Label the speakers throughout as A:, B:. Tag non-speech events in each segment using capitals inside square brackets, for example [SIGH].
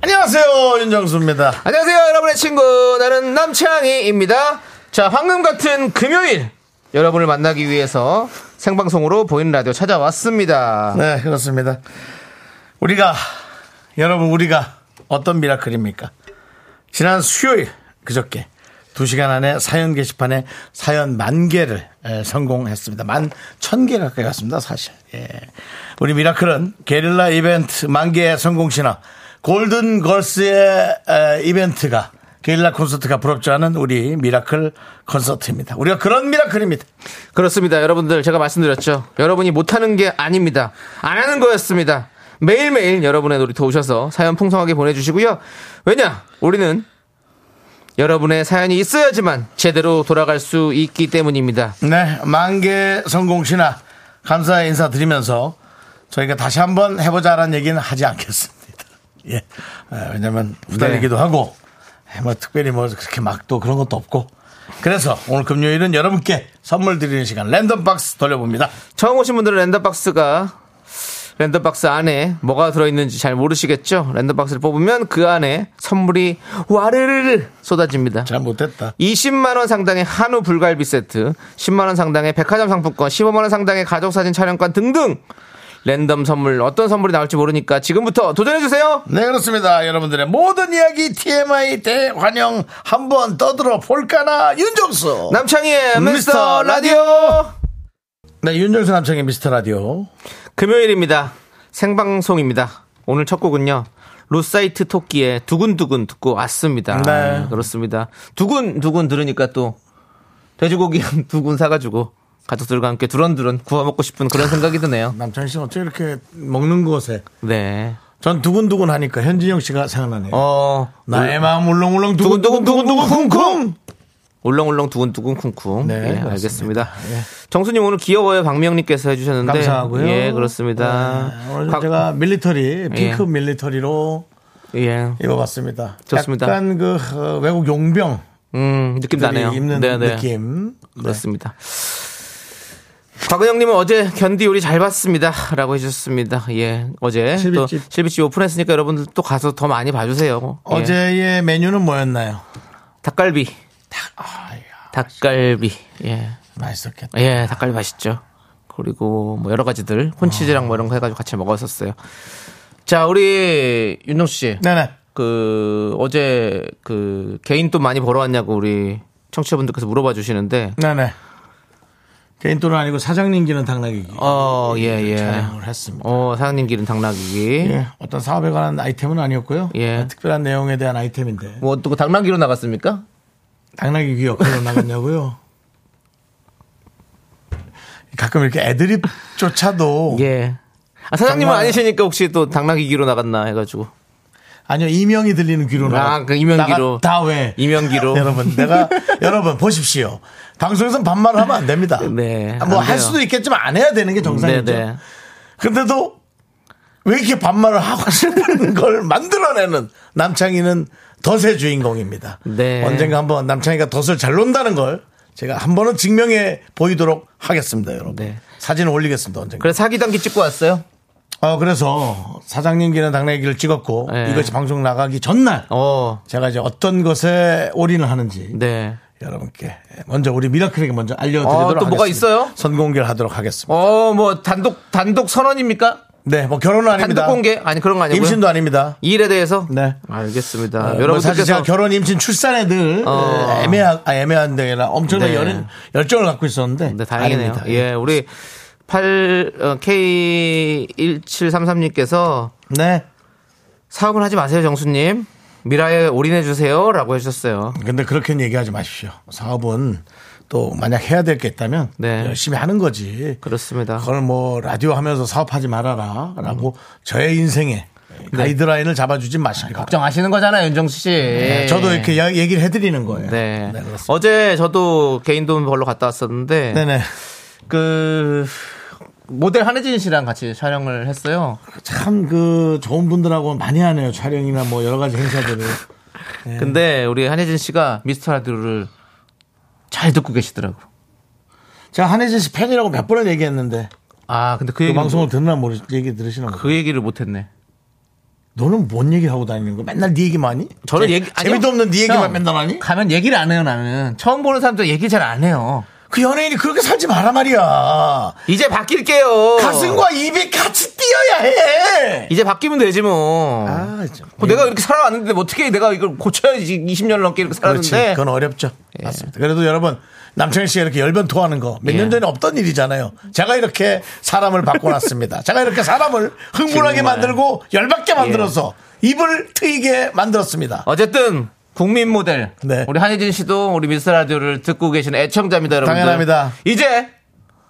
A: 안녕하세요 윤정수입니다.
B: 안녕하세요, 여러분의 친구. 나는 남창희입니다. 자, 황금 같은 금요일. 여러분을 만나기 위해서 생방송으로 보이는 라디오 찾아왔습니다.
A: 네 그렇습니다. 우리가 여러분 우리가 어떤 미라클입니까? 지난 수요일 그저께 두 시간 안에 사연 게시판에 사연 만 개를 에, 성공했습니다. 만 천 개 가까이 갔습니다 사실. 예. 우리 미라클은 게릴라 이벤트 만 개의 성공 신화 골든 걸스의 에, 이벤트가 게릴라 콘서트가 부럽지 않은 우리 미라클 콘서트입니다. 우리가 그런 미라클입니다.
B: 그렇습니다. 여러분들, 제가 말씀드렸죠. 여러분이 못하는 게 아닙니다. 안 하는 거였습니다. 매일매일 여러분의 놀이터 오셔서 사연 풍성하게 보내주시고요. 왜냐? 우리는 여러분의 사연이 있어야지만 제대로 돌아갈 수 있기 때문입니다.
A: 네, 만개 성공 신화 감사의 인사 드리면서 저희가 다시 한번 해보자라는 얘기는 하지 않겠습니다. [LAUGHS] 예, 아, 왜냐면 부담이기도 하고 예, 뭐 특별히 뭐 그렇게 막 또 그런 것도 없고 그래서 오늘 금요일은 여러분께 선물 드리는 시간 랜덤 박스 돌려봅니다.
B: 처음 오신 분들은 랜덤박스가 랜덤박스 안에 뭐가 들어있는지 잘 모르시겠죠? 랜덤박스를 뽑으면 그 안에 선물이 와르르 쏟아집니다.
A: 잘 못했다.
B: 20만원 상당의 한우 불갈비 세트, 10만원 상당의 백화점 상품권, 15만원 상당의 가족사진 촬영권 등등 랜덤 선물, 어떤 선물이 나올지 모르니까 지금부터 도전해주세요!
A: 네 그렇습니다. 여러분들의 모든 이야기 TMI 대환영 한번 떠들어 볼까나 윤정수. 미스터
B: 남창희의 미스터 라디오!
A: 네 윤정수 남창의 미스터 라디오.
B: 금요일입니다. 생방송입니다. 오늘 첫 곡은요. 로사이트 토끼의 두근두근 듣고 왔습니다.
A: 네.
B: 그렇습니다. 두근두근 들으니까 또 돼지고기 한 두 근 사가지고 가족들과 함께 두런두런 구워 먹고 싶은 그런 생각이 드네요.
A: 남창희 씨는 어떻게 이렇게 먹는 것에
B: 네.
A: 전 두근두근 하니까 현진영 씨가 생각나네요.
B: 어,
A: 나의 마음 울렁울렁 두근두근 두근두근 쿵쿵.
B: 울렁울렁 두근두근 쿵쿵.
A: 네,
B: 네,
A: 그렇습니다. 예.
B: 알겠습니다. 정수님 오늘 귀여워요 박명님께서 해주셨는데
A: 감사하고요.
B: 예, 그렇습니다.
A: 네, 오늘
B: 곽-
A: 제가 밀리터리 핑크
B: 예.
A: 밀리터리로
B: 예,
A: 입어봤습니다.
B: 좋습니다.
A: 약간 그 어, 외국 용병
B: 음 느낌 나네요.
A: 입는
B: 네, 네.
A: 느낌. 네.
B: 그렇습니다. 곽은영님은 어제 견디 요리 잘 봤습니다라고 해주셨습니다. 예, 어제 또
A: 실비집.
B: 실비집 오픈했으니까 여러분들 또 가서 더 많이 봐주세요. 예.
A: 어제의 메뉴는 뭐였나요?
B: 닭갈비,
A: 아야
B: 닭갈비, 예,
A: 맛있었겠다.
B: 예, 닭갈비 맛있죠. 그리고 뭐 여러 가지들 콘치즈랑 뭐 이런 거 해가지고 같이 먹었었어요. 자, 우리 윤정수 씨,
A: 네네.
B: 그 어제 그 개인 돈 많이 벌어왔냐고 우리 청취자분들께서 물어봐 주시는데,
A: 네네. 개인 돈은 아니고 사장님 기는 당나귀기.
B: 어, 예, 예.
A: 촬영을 했습니다.
B: 어, 사장님 기름 당나귀.
A: 예, 어떤 사업에 관한 아이템은 아니었고요.
B: 예.
A: 특별한 내용에 대한 아이템인데.
B: 뭐, 또 당나귀로 나갔습니까?
A: 당나귀 귀 역할로 나갔냐고요? 가끔 이렇게 애드립조차도
B: 예. 아, 사장님은
A: 정말-
B: 아니시니까 혹시 또 당나귀 귀로 나갔나 해가지고.
A: 아니요 이명이 들리는 귀로
B: 아, 그 이명기로.
A: 다 왜?
B: 이명기로.
A: 여러분
B: [LAUGHS]
A: 내가 여러분 보십시오. 방송에서 반말을 하면 안 됩니다.
B: 네, 안
A: 뭐 할
B: 돼요.
A: 수도 있겠지만 안 해야 되는 게 정상이죠.
B: 네네.
A: 근데도 왜 이렇게 반말을 하고 싶은 걸 만들어내는 남창희는 덫의 주인공입니다.
B: 네.
A: 언젠가 한번 남창희가 덫을 잘 논다는 걸 제가 한 번은 증명해 보이도록 하겠습니다, 여러분.
B: 네.
A: 사진을 올리겠습니다, 언젠가.
B: 그래, 사기당기 찍고 왔어요?
A: 어, 그래서 사장님 기는 당나귀를 찍었고
B: 네.
A: 이것이 방송 나가기 전날
B: 어,
A: 제가 이제 어떤 것에 올인을 하는지
B: 네.
A: 여러분께 먼저 우리 미라클에게 먼저 알려드리도록
B: 어, 또
A: 하겠습니다.
B: 뭐가 있어요?
A: 선공개를 하도록 하겠습니다.
B: 어, 뭐, 단독, 단독 선언입니까?
A: 네, 뭐 결혼은 아닙니다.
B: 단독 공개? 아니, 그런 거 아니고요.
A: 임신도 아닙니다.
B: 이 일에 대해서?
A: 네.
B: 알겠습니다.
A: 어, 뭐 사실
B: 아, 여러분께서
A: 제가 결혼 임신 출산에 늘
B: 어.
A: 애매한 아, 애매한 데라 엄청난
B: 네.
A: 연 열정을 갖고 있었는데
B: 네, 다행이네요.
A: 아닙니다.
B: 예, 우리 어, 8 K1733님께서
A: 네.
B: 사업을 하지 마세요, 정수님. 미라에 올인해 주세요라고 해주셨어요.
A: 근데 그렇게는 얘기하지 마십시오. 사업은 또 만약 해야 될 게 있다면
B: 네.
A: 열심히 하는 거지.
B: 그렇습니다.
A: 그걸 뭐 라디오 하면서 사업하지 말아라라고 저의 인생에 가이드라인을 잡아주지 마시고.
B: 걱정하시는 네. 거잖아요, 윤정수 씨.
A: 네, 저도 이렇게 야- 얘기를 해드리는 거예요.
B: 네.
A: 그렇습니다.
B: 어제 저도 개인 돈 벌러 갔다 왔었는데
A: 네네.
B: 그 모델 한혜진 씨랑 같이 촬영을 했어요.
A: 참 그 좋은 분들하고 많이 하네요. 촬영이나 뭐 여러 가지 행사들을.
B: 근데 우리 한혜진 씨가 미스터 라디오를 잘 듣고 계시더라고.
A: 제가 한혜진 씨 팬이라고 몇 번을 얘기했는데
B: 아, 근데 그
A: 그
B: 얘기
A: 방송을 듣나 모르 얘기 들으시나 그,
B: 그 얘기를 못 했네.
A: 너는 뭔 얘기 하고 다니는 거야? 맨날 네 얘기만 하니?
B: 저는
A: 재-
B: 얘기 아니요.
A: 재미도 없는 네 얘기만
B: 형,
A: 맨날 하니?
B: 가면 얘기를 안 해요, 나는. 처음 보는 사람들 얘기 잘 안 해요.
A: 그 연예인이 그렇게 살지 마라 말이야.
B: 이제 바뀔게요. 어.
A: 가슴과 입이 같이 뛰어야 해.
B: 이제 바뀌면 되지 뭐.
A: 아, 좀.
B: 뭐 내가 이렇게 살아왔는데 뭐 어떻게 내가 이걸 고쳐야지 20년 넘게 이렇게
A: 그렇지.
B: 살았는데. 예.
A: 그건 어렵죠. 맞습니다. 그래도 여러분 남창희 씨가 이렇게 열변 토하는 거 몇 년
B: 예.
A: 전에 없던 일이잖아요. 제가 이렇게 사람을
B: [LAUGHS]
A: 바꿔놨습니다. 제가 이렇게 사람을 흥분하게
B: 정말.
A: 만들고 열받게 만들어서
B: 예.
A: 입을 트이게 만들었습니다.
B: 어쨌든 국민 모델
A: 네.
B: 우리 한혜진 씨도 우리 미스 라디오를 듣고 계신 애청자입니다, 여러분.
A: 당연합니다.
B: 이제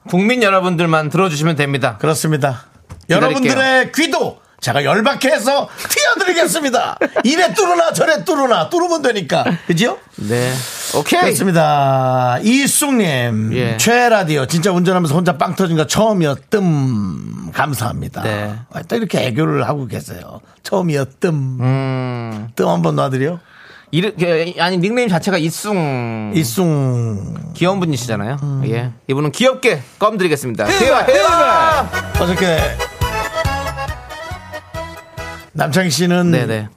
B: 국민 여러분들만 들어주시면 됩니다.
A: 그렇습니다.
B: 기다릴게요.
A: 여러분들의 귀도 제가 열받게 해서
B: [LAUGHS]
A: 튀어드리겠습니다. 이래 뚫으나 저래 뚫으나 뚫으면 되니까 그죠?
B: 네, 오케이.
A: 그렇습니다. 이숙님,
B: 예.
A: 최 라디오 진짜 운전하면서 혼자 빵 터진 거 처음이었뜸 감사합니다.
B: 네.
A: 아, 또 이렇게 애교를 하고 계세요. 처음이었뜸
B: 음,
A: 뜸 한번 놔드려.
B: 이렇게 아니 닉네임 자체가 이숭
A: 이숙
B: 귀여운 분이시잖아요.
A: 음.
B: 예, 이분은 귀엽게 껌 드리겠습니다. 해와 해와.
A: 어저께 남창희 씨는
B: 네네.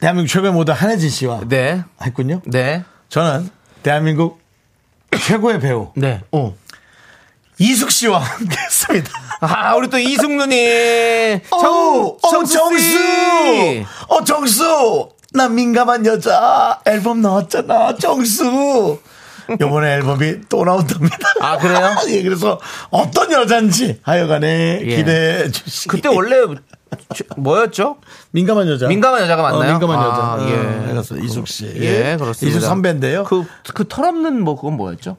A: 대한민국 최고의 모델 한혜진 씨와
B: 네.
A: 했군요.
B: 네.
A: 저는 대한민국 최고의 배우
B: 네.
A: 어. 이숙 씨와 함께했습니다.
B: 아, 우리 또 이승누님.
A: 어, 어, 정수!
B: 씨.
A: 어, 정수! 난 민감한 여자. 앨범 나왔잖아. 정수! 요번에 앨범이 또 나온답니다.
B: 아, 그래요?
A: [LAUGHS] 예, 그래서 어떤 여잔지 하여간에
B: 예.
A: 기대해 주시기
B: [LAUGHS] 그때 원래 저- 뭐였죠?
A: 민감한 여자.
B: 민감한 여자가 맞나요?
A: 어, 민감한
B: 아,
A: 여자.
B: 예.
A: 예. 그래서 이숙 씨.
B: 예, 그렇습니다.
A: 이숙 선배인데요.
B: 그, 그 털없는 뭐 그건 뭐였죠?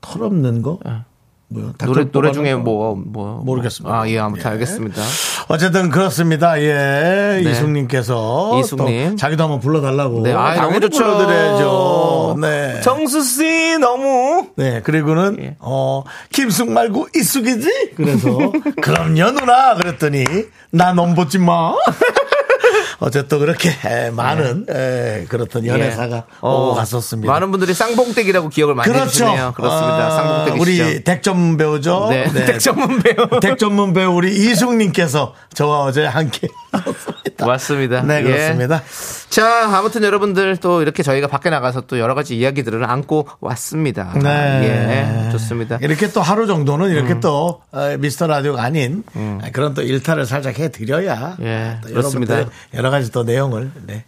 A: 털없는 거? 뭐요?
B: 예. 노래,
A: 닭털
B: 노래
A: 뽑아놓은
B: 중에
A: 거?
B: 뭐, 뭐.
A: 모르겠습니다.
B: 아, 예, 아무튼
A: 예.
B: 알겠습니다.
A: 어쨌든 그렇습니다. 예.
B: 네.
A: 이숙님께서.
B: 이숙님.
A: 또 자기도 한번 불러달라고.
B: 네, 아, 너무
A: 당연히
B: 좋죠.
A: 불러드려야죠. 네.
B: 정수씨, 너무.
A: 네, 그리고는,
B: 예.
A: 어, 김숙 말고 이숙이지? 그래서, [LAUGHS] 그럼요, 누나! 그랬더니, 나 넘보지 마. [LAUGHS] 어쨌든 그렇게 에, 많은, 에, 그렇던 연애사가
B: 네. 예.
A: 오고 갔었습니다. 그렇죠.
B: 많은 분들이 쌍봉댁이라고 기억을 많이 해주시네요. 그렇습니다.
A: 아,
B: 쌍봉댁이시죠.
A: 우리 댁점 배우죠.
B: 네. [LAUGHS] 댁 전문
A: [LAUGHS]
B: 배우.
A: 댁 전문 배우 우리 이숙님께서 저와 어제 함께 [LAUGHS] 했습니다.
B: 맞습니다.
A: 네,
B: 예.
A: 그렇습니다.
B: 자, 아무튼 여러분들 또 이렇게 저희가 밖에 나가서 또 여러 가지 이야기들을 안고 왔습니다.
A: 네.
B: 예, 좋습니다. 음.
A: 이렇게 또 하루 정도는 이렇게 또 어, 미스터 라디오가 아닌 그런 또 일탈을 살짝 해드려야
B: 예,
A: 또
B: 그렇습니다.
A: 여러분들의 여러 가지 또 내용을 네,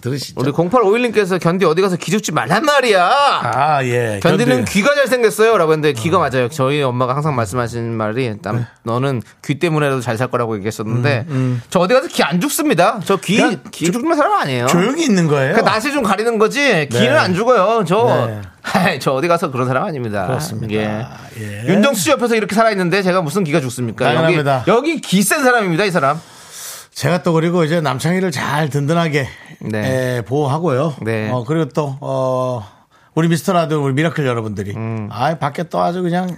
A: 들으시죠.
B: 우리 0851님께서 견디 어디 가서 기죽지 말란 말이야.
A: 아, 예.
B: 견디는
A: 견디는
B: 귀가 잘생겼어요. 라고 했는데 귀가 맞아요. 저희 엄마가 항상 말씀하시는 말이 남,
A: 네.
B: 너는 귀 때문에라도 잘 살 거라고 얘기했었는데 저 어디 가서 귀 안 죽습니다. 저 귀,
A: 음, 그냥
B: 귀 죽는 사람 아니에요.
A: 조용히 있는 거예요.
B: 그러니까 낯을 좀 가리는 거지 귀는 안 죽어요. 저,
A: 네.
B: 하이, 저 어디 가서 그런 사람 아닙니다.
A: 그렇습니다.
B: 예.
A: 예.
B: 윤정수 씨 옆에서 이렇게 살아있는데 제가 무슨 기가 죽습니까?
A: 당연합니다.
B: 여기, 여기 기센 사람입니다, 이 사람.
A: 제가 또 그리고 이제 남창희를 잘 든든하게
B: 네.
A: 에, 보호하고요.
B: 네.
A: 어, 그리고 또 어, 우리 미스터 라디오 우리 미라클 여러분들이 아 밖에 또 아주 그냥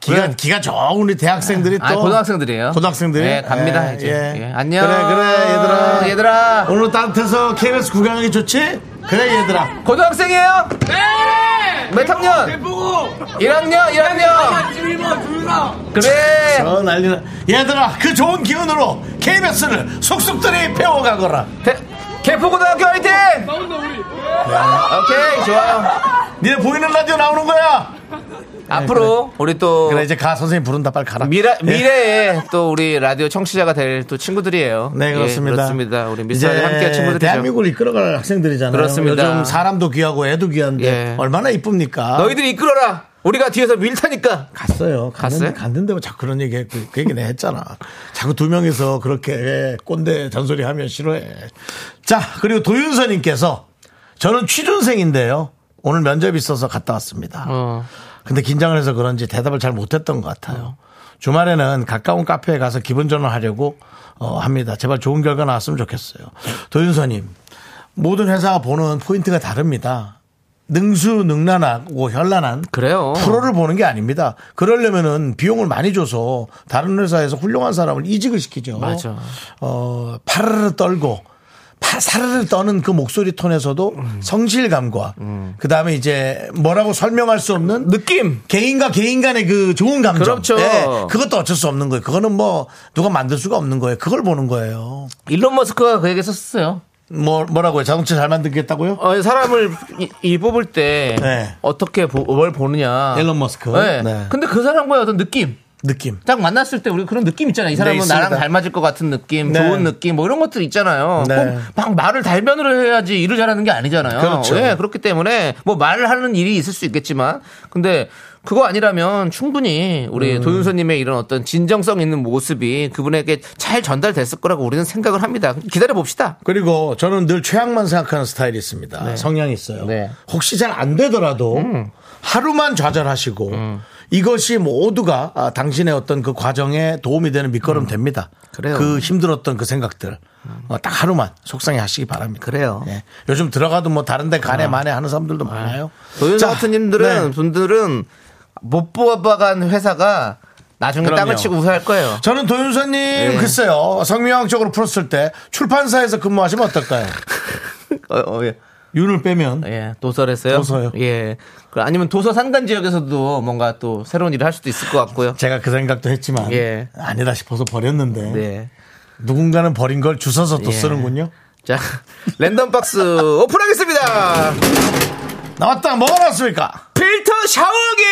A: 기가
B: 음. 그래.
A: 기가 좋은 우리 대학생들이
B: 아,
A: 또
B: 고등학생들이에요.
A: 고등학생들이
B: 네, 갑니다,
A: 예,
B: 이제.
A: 예.
B: 예, 안녕.
A: 그래 그래 얘들아
B: 얘들아.
A: 오늘 따뜻해서 KBS 구경하기 좋지? 그래 얘들아
B: 고등학생이에요? 네! 몇 학년? 대포고! 1학년, 1학년! 11번, 둘다 그래!
A: 어 난리나 얘들아 그 좋은 기운으로 KBS를 속속들이 배워가거라.
B: 대, 개포고등학교 화이팅! 오케이, 좋아요.
A: 니네 보이는 라디오 나오는 거야.
B: 앞으로, 우리 또.
A: 네, 그래 이제 가 선생님 부른다 빨리 가라.
B: 미래,
A: 예.
B: 미래에 또 우리 라디오 청취자가 될 또 친구들이에요.
A: 네 그렇습니다.
B: 예, 그렇습니다. 우리 미스터
A: 이제
B: 함께 친구들이죠.
A: 대한민국을 이끌어갈 학생들이잖아요.
B: 그렇습니다.
A: 요즘 사람도 귀하고 애도 귀한데
B: 예.
A: 얼마나 이쁩니까?
B: 너희들이 이끌어라! 우리가 뒤에서 밀타니까!
A: 갔어요. 갔는데
B: 갔어요?
A: 갔는데 뭐 자꾸 그런 얘기했고 그 얘기 내 했잖아. 자꾸 두 명이서 그렇게 꼰대 잔소리 하면 싫어해. 자 그리고 도윤서님께서 저는 취준생인데요. 오늘 면접 있어서 갔다 왔습니다.
B: 어.
A: 근데 긴장을 해서 그런지 대답을 잘 못했던 것 같아요. 주말에는 가까운 카페에 가서 기분 전환하려고 어, 합니다. 제발 좋은 결과 나왔으면 좋겠어요. 도윤서님, 모든 회사가 보는 포인트가 다릅니다. 능수능란하고 현란한
B: 그래요.
A: 프로를 보는 게 아닙니다. 그러려면은 비용을 많이 줘서 다른 회사에서 훌륭한 사람을 이직을 시키죠.
B: 맞아.
A: 어, 파르르 떨고 파, 사르르 떠는 그 목소리 톤에서도 성실감과 그 다음에 이제 뭐라고 설명할 수 없는
B: 느낌.
A: 개인과 개인 간의 그 좋은 감정.
B: 그렇죠.
A: 예, 그것도 어쩔 수 없는 거예요. 그거는 뭐 누가 만들 수가 없는 거예요. 그걸 보는 거예요.
B: 일론 머스크가 그 얘기 썼어요.
A: 뭐, 뭐라고요? 자동차 잘 만들겠다고요?
B: 어, 사람을 이, 이 뽑을 때
A: 네.
B: 어떻게 보, 뭘 보느냐.
A: 앨런 머스크.
B: 네.
A: 네.
B: 근데 그 사람과의 어떤 느낌.
A: 느낌.
B: 딱 만났을 때 우리 그런 느낌 있잖아요. 이 사람은
A: 네, 있습니다.
B: 나랑 잘 맞을 것 같은 느낌,
A: 네.
B: 좋은 느낌, 뭐 이런 것들 있잖아요.
A: 네.
B: 꼭 막 말을 달변으로 해야지 일을 잘하는 게 아니잖아요.
A: 그렇죠.
B: 예, 그렇기 때문에 뭐 말을 하는 일이 있을 수 있겠지만, 근데 그거 아니라면 충분히 우리
A: 음.
B: 도윤서님의 이런 어떤 진정성 있는 모습이 그분에게 잘 전달됐을 거라고 우리는 생각을 합니다. 기다려 봅시다.
A: 그리고 저는 늘 최악만 생각하는 스타일이 있습니다. 성향이 있어요.
B: 네. 음.
A: 혹시 잘 안 되더라도 하루만 좌절하시고 이것이 모두가 아, 당신의 어떤 그 과정에 도움이 되는 밑거름 됩니다.
B: 음. 그래요.
A: 그 힘들었던 그 생각들 어, 딱 하루만 속상해 하시기 바랍니다.
B: 그래요. 아.
A: 예. 요즘 들어가도 뭐 다른데 간에 만에 하는 사람들도 많아요.
B: 도윤서
A: 자,
B: 같은 님들은
A: 네.
B: 분들은 못 뽑아간 회사가 나중에
A: 그럼요.
B: 땅을 치고 우세할 거예요.
A: 저는 도윤서님
B: 네.
A: 글쎄요 성명학 적으로 풀었을 때 출판사에서 근무하시면
B: [LAUGHS]
A: 어떨까요?
B: 어, 어, 예.
A: 윤을 빼면
B: 예, 도서랬어요.
A: 도서요?
B: 예. 그 아니면 도서 산간 지역에서도 뭔가 또 새로운 일을 할 수도 있을 것 같고요.
A: 제가 그 생각도 했지만
B: 예.
A: 아니다 싶어서 버렸는데
B: 네.
A: 누군가는 버린 걸 주워서 또
B: 예.
A: 쓰는군요.
B: 자, [LAUGHS] 랜덤 박스 오픈하겠습니다.
A: 나왔다 뭐가 나왔습니까?
B: 필터 샤워기.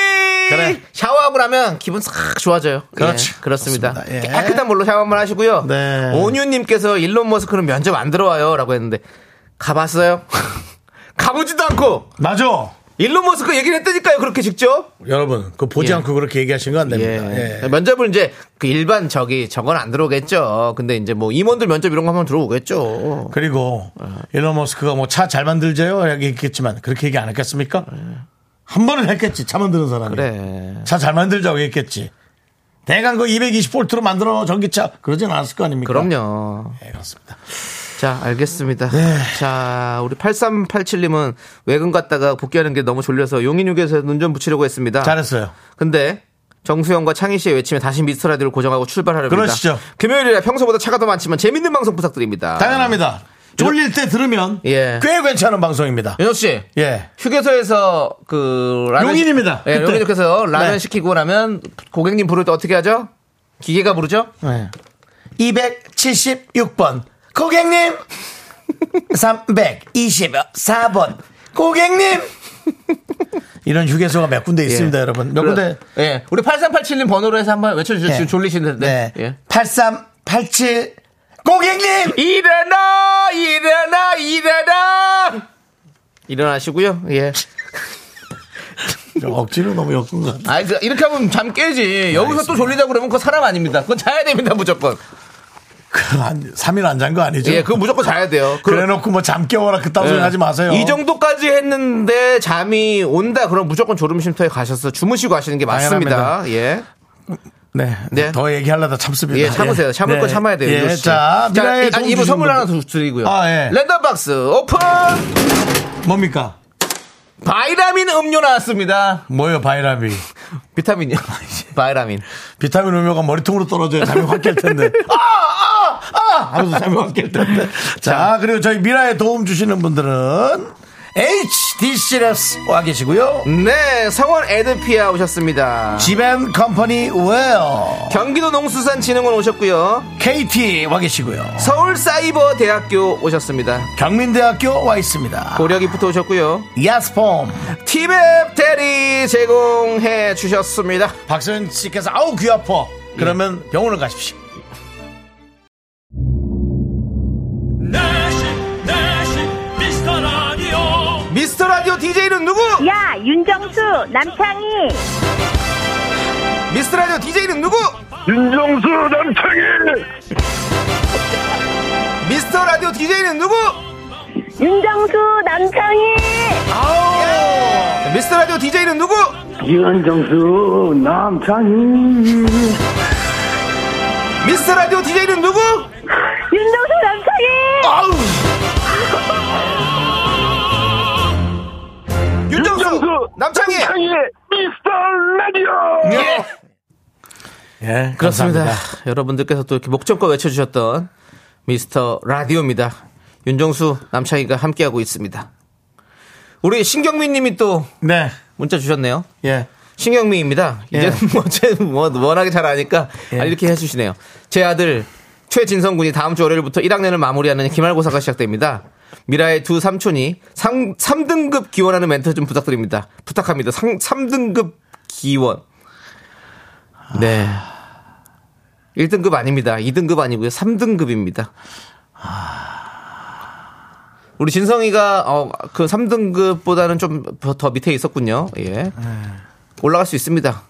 A: 그래.
B: 샤워하고 나면 기분 싹 좋아져요.
A: 그렇지.
B: 예, 그렇습니다.
A: 그렇습니다. 예.
B: 깨끗한 물로 샤워만 하시고요.
A: 네.
B: 온유님께서 일론 머스크는 면접 안 들어와요라고 했는데 가봤어요. [LAUGHS] 가보지도 않고
A: 맞아.
B: 일론 머스크 얘기를 했다니까요. 그렇게 직접.
A: 여러분 그 보지
B: 예.
A: 않고 그렇게 얘기하신 건 안 됩니다.
B: 예.
A: 예.
B: 면접을 이제 그 일반 저기 저건 안 들어오겠죠. 근데 이제 뭐 임원들 면접 이런 거 하면 들어오겠죠.
A: 그리고 일론 머스크가 뭐 차 잘 만들죠요 얘기했겠지만 그렇게 얘기 안 했겠습니까? 한 번은 했겠지 차 만드는 사람이
B: 예. 그래.
A: 차 잘 만들자고 얘기했겠지. 대강 그 220볼트로 만들어 전기차 그러진 않았을 거 아닙니까?
B: 그럼요.
A: 예, 그렇습니다.
B: 자, 알겠습니다.
A: 네.
B: 자, 우리 8387님은 외근 갔다가 복귀하는 게 너무 졸려서 용인휴게소에 눈 좀 붙이려고 했습니다.
A: 잘했어요.
B: 아. 근데 정수영과 창희 씨의 외침에 다시 미스터 라디오를 고정하고 출발하려고 합니다.
A: 그러시죠.
B: 금요일이라 평소보다 차가 더 많지만 재밌는 방송 부탁드립니다.
A: 당연합니다. 졸릴 때 들으면
B: 예.
A: 꽤 괜찮은 방송입니다.
B: 윤혁 씨.
A: 예.
B: 휴게소에서 그 라면
A: 용인입니다.
B: 시- 예,
A: 그때.
B: 용인에서 라면
A: 네.
B: 시키고 나면 고객님 부를 때 어떻게 하죠? 기계가 부르죠?
A: 276번 네.
B: [LAUGHS]
A: 고객님 324번 고객님 이런 휴게소가 몇 군데 있습니다,
B: 예.
A: 여러분. 몇
B: 그래-
A: 군데?
B: 예. 우리 8387님 번호로 해서 한번 외쳐 주세요.
A: 네.
B: 지금 졸리시는데.
A: 네.
B: 예.
A: 8387 고객님
B: 일어나! 일어나! 일어나! 일어나시고요. 예.
A: 억지로 너무 엮은 것 같아.
B: 아, 그, 이렇게 하면 잠 깨지. 여기서 또 졸리다 그러면 그거 사람 아닙니다. 그건 자야 됩니다, 무조건.
A: 그럼 한 3일 안 잔 거 아니죠?
B: 예, 그거 무조건 자야 돼요. 그-
A: 그래 놓고 뭐 잠 깨워라 그딴 소리
B: 예.
A: 하지 마세요.
B: 이 정도까지 했는데 잠이 온다 그럼 무조건 졸음쉼터에 가셔서 주무시고 하시는 게 맞습니다.
A: 당연합니다.
B: 예.
A: 네.
B: 네.
A: 더 얘기하려다 참습니다.
B: 예, 참으세요. 참을
A: 네.
B: 거 참아야 돼요.
A: 예.
B: 이거 씨.
A: 자, 미라의 도움
B: 자, 아니, 이분
A: 주신
B: 선물
A: 분들.
B: 하나 두- 드리고요.
A: 아, 예.
B: 랜덤 박스 오픈!
A: 뭡니까?
B: 바이라민 음료 나왔습니다.
A: 뭐예요, 바이라비?
B: 비타민이요. [LAUGHS] 바이라민.
A: 비타민 음료가 머리통으로 떨어져야 잠이 확 깰 텐데. [LAUGHS] 아! 아! 아! 하면서 잠이 확 깰 텐데. 자, 그리고 저희 미라에 도움 주시는 분들은 HDCLS 와 계시고요.
B: 네, 성원 에드피아 오셨습니다.
A: 지벤 컴퍼니 웨어.
B: 경기도 농수산진흥원 오셨고요.
A: KT 와 계시고요.
B: 서울사이버대학교 오셨습니다.
A: 경민대학교 와 있습니다.
B: 고려기프트 오셨고요.
A: 야스폼.
B: 티맵 대리 제공해 주셨습니다.
A: 박소연 씨께서 아우 귀 아파. 그러면 병원을 가십시오.
C: 내시 내시 미스터 라디오
B: 미스터 라디오 DJ는 누구?
D: 야, 윤정수, 남창희.
B: 미스터 라디오 DJ는 누구?
E: 윤정수 남창희
B: 미스터 라디오 DJ는 누구?
D: 윤정수, 남창희.
B: 아우! 예. 미스터 라디오 DJ는 누구?
E: 윤정수 남창희
B: 미스터 라디오 DJ는 누구?
D: 윤정수 남창희
B: 아우! 윤정수! 남창희!
E: 남창희의 미스터 라디오
B: 예.
A: 예,
B: 그렇습니다.
A: 감사합니다.
B: 여러분들께서 또 이렇게 목적껏 외쳐주셨던 미스터 라디오입니다. 윤정수 남창희가 함께하고 있습니다. 우리 신경민 님이 또
A: 네.
B: 문자 주셨네요.
A: 예.
B: 신경민입니다.
A: 예.
B: 이제 뭐, 제, 뭐, 워낙에 잘 아니까
A: 예.
B: 아, 이렇게 해주시네요. 제 아들 최진성 군이 다음 주 월요일부터 1학년을 마무리하는 기말고사가 시작됩니다. 미라의 두 삼촌이 3, 등급 기원하는 멘트 좀 부탁드립니다. 부탁합니다. 3, 등급 기원. 네. 1등급 아닙니다. 2등급 아니고요. 3등급입니다. 우리 진성이가 어, 그 3등급보다는 좀 더 밑에 있었군요. 예. 올라갈 수 있습니다.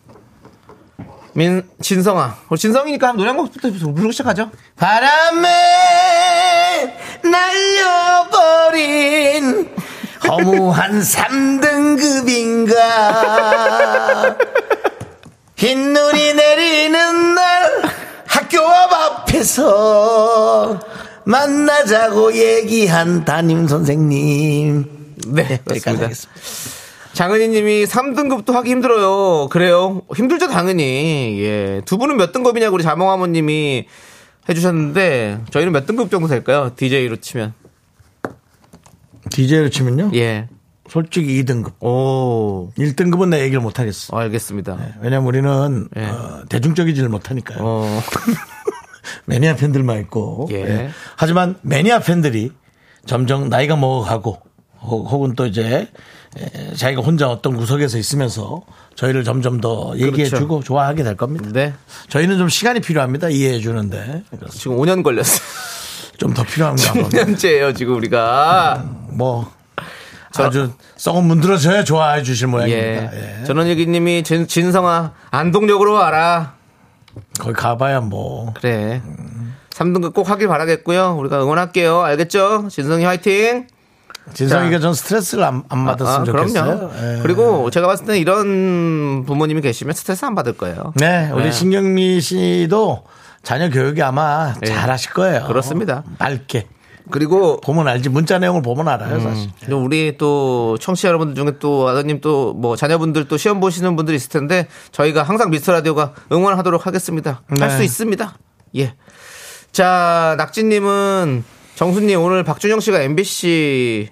B: 민 어, 진성아, 우리 진성이니까 한 노래 한 곡부터 부르고 시작하죠.
A: 바람에 날려버린 허무한 3등급인가 흰눈이 내리는 날 학교 앞 앞에서 만나자고 얘기한 담임 선생님
B: 네,
A: 여기까지
B: 그렇습니다.
A: 하겠습니다.
B: 장은희님이 3등급도 하기 힘들어요. 그래요? 힘들죠 당연히. 예, 두 분은 몇 등급이냐고 우리 자몽아모님이 해주셨는데 저희는 몇 등급 정도 될까요? DJ로 치면
A: DJ로 치면요
B: 예,
A: 솔직히 2등급
B: 오,
A: 1등급은 내 얘기를 못하겠어
B: 알겠습니다.
A: 왜냐면 우리는
B: 예.
A: 어, 대중적이지를 못하니까요
B: 어,
A: [LAUGHS] 매니아 팬들만 있고.
B: 예.
A: 예. 하지만 매니아 팬들이 점점 나이가 먹어가고 호- 혹은 또 이제 에, 자기가 혼자 어떤 구석에서 있으면서 저희를 점점 더 얘기해주고
B: 그렇죠.
A: 좋아하게 될 겁니다.
B: 네,
A: 저희는 좀 시간이 필요합니다. 이해해주는데 그래서
B: 지금 5년 걸렸어요.
A: 좀 더
B: 아,
A: 필요한가
B: 뭐. [LAUGHS] 네.
A: 봅니다.
B: 5년째예요 지금 우리가.
A: 뭐 아주 썩은 문드러져야 좋아해 주실
B: 예.
A: 모양입니다. 예.
B: 전원일기님이 진, 진성아 안동역으로 와라.
A: 거기 가봐야 뭐
B: 그래. 3등급 꼭 하길 바라겠고요. 우리가 응원할게요. 알겠죠? 진성이 화이팅.
A: 진성이가 전 스트레스를 안, 안 받았으면
B: 아,
A: 좋겠어요. 예.
B: 그리고 제가 봤을 때는 이런 부모님이 계시면 스트레스 안 받을 거예요.
A: 네, 우리
B: 네.
A: 신경미 씨도 자녀 교육이 아마
B: 예.
A: 잘하실 거예요.
B: 그렇습니다.
A: 맑게
B: 그리고
A: 보면 알지 문자 내용을 보면
B: 음.
A: 알아요, 사실.
B: 또 우리 또 청취자 여러분들 중에 또 아드님 또 뭐 자녀분들 또 시험 보시는 분들이 있을 텐데 저희가 항상 미스터 라디오가 응원하도록 하겠습니다. 할
A: 네.
B: 수 있습니다. 예. 자, 낙진님은 정수님 오늘 박준영 씨가 MBC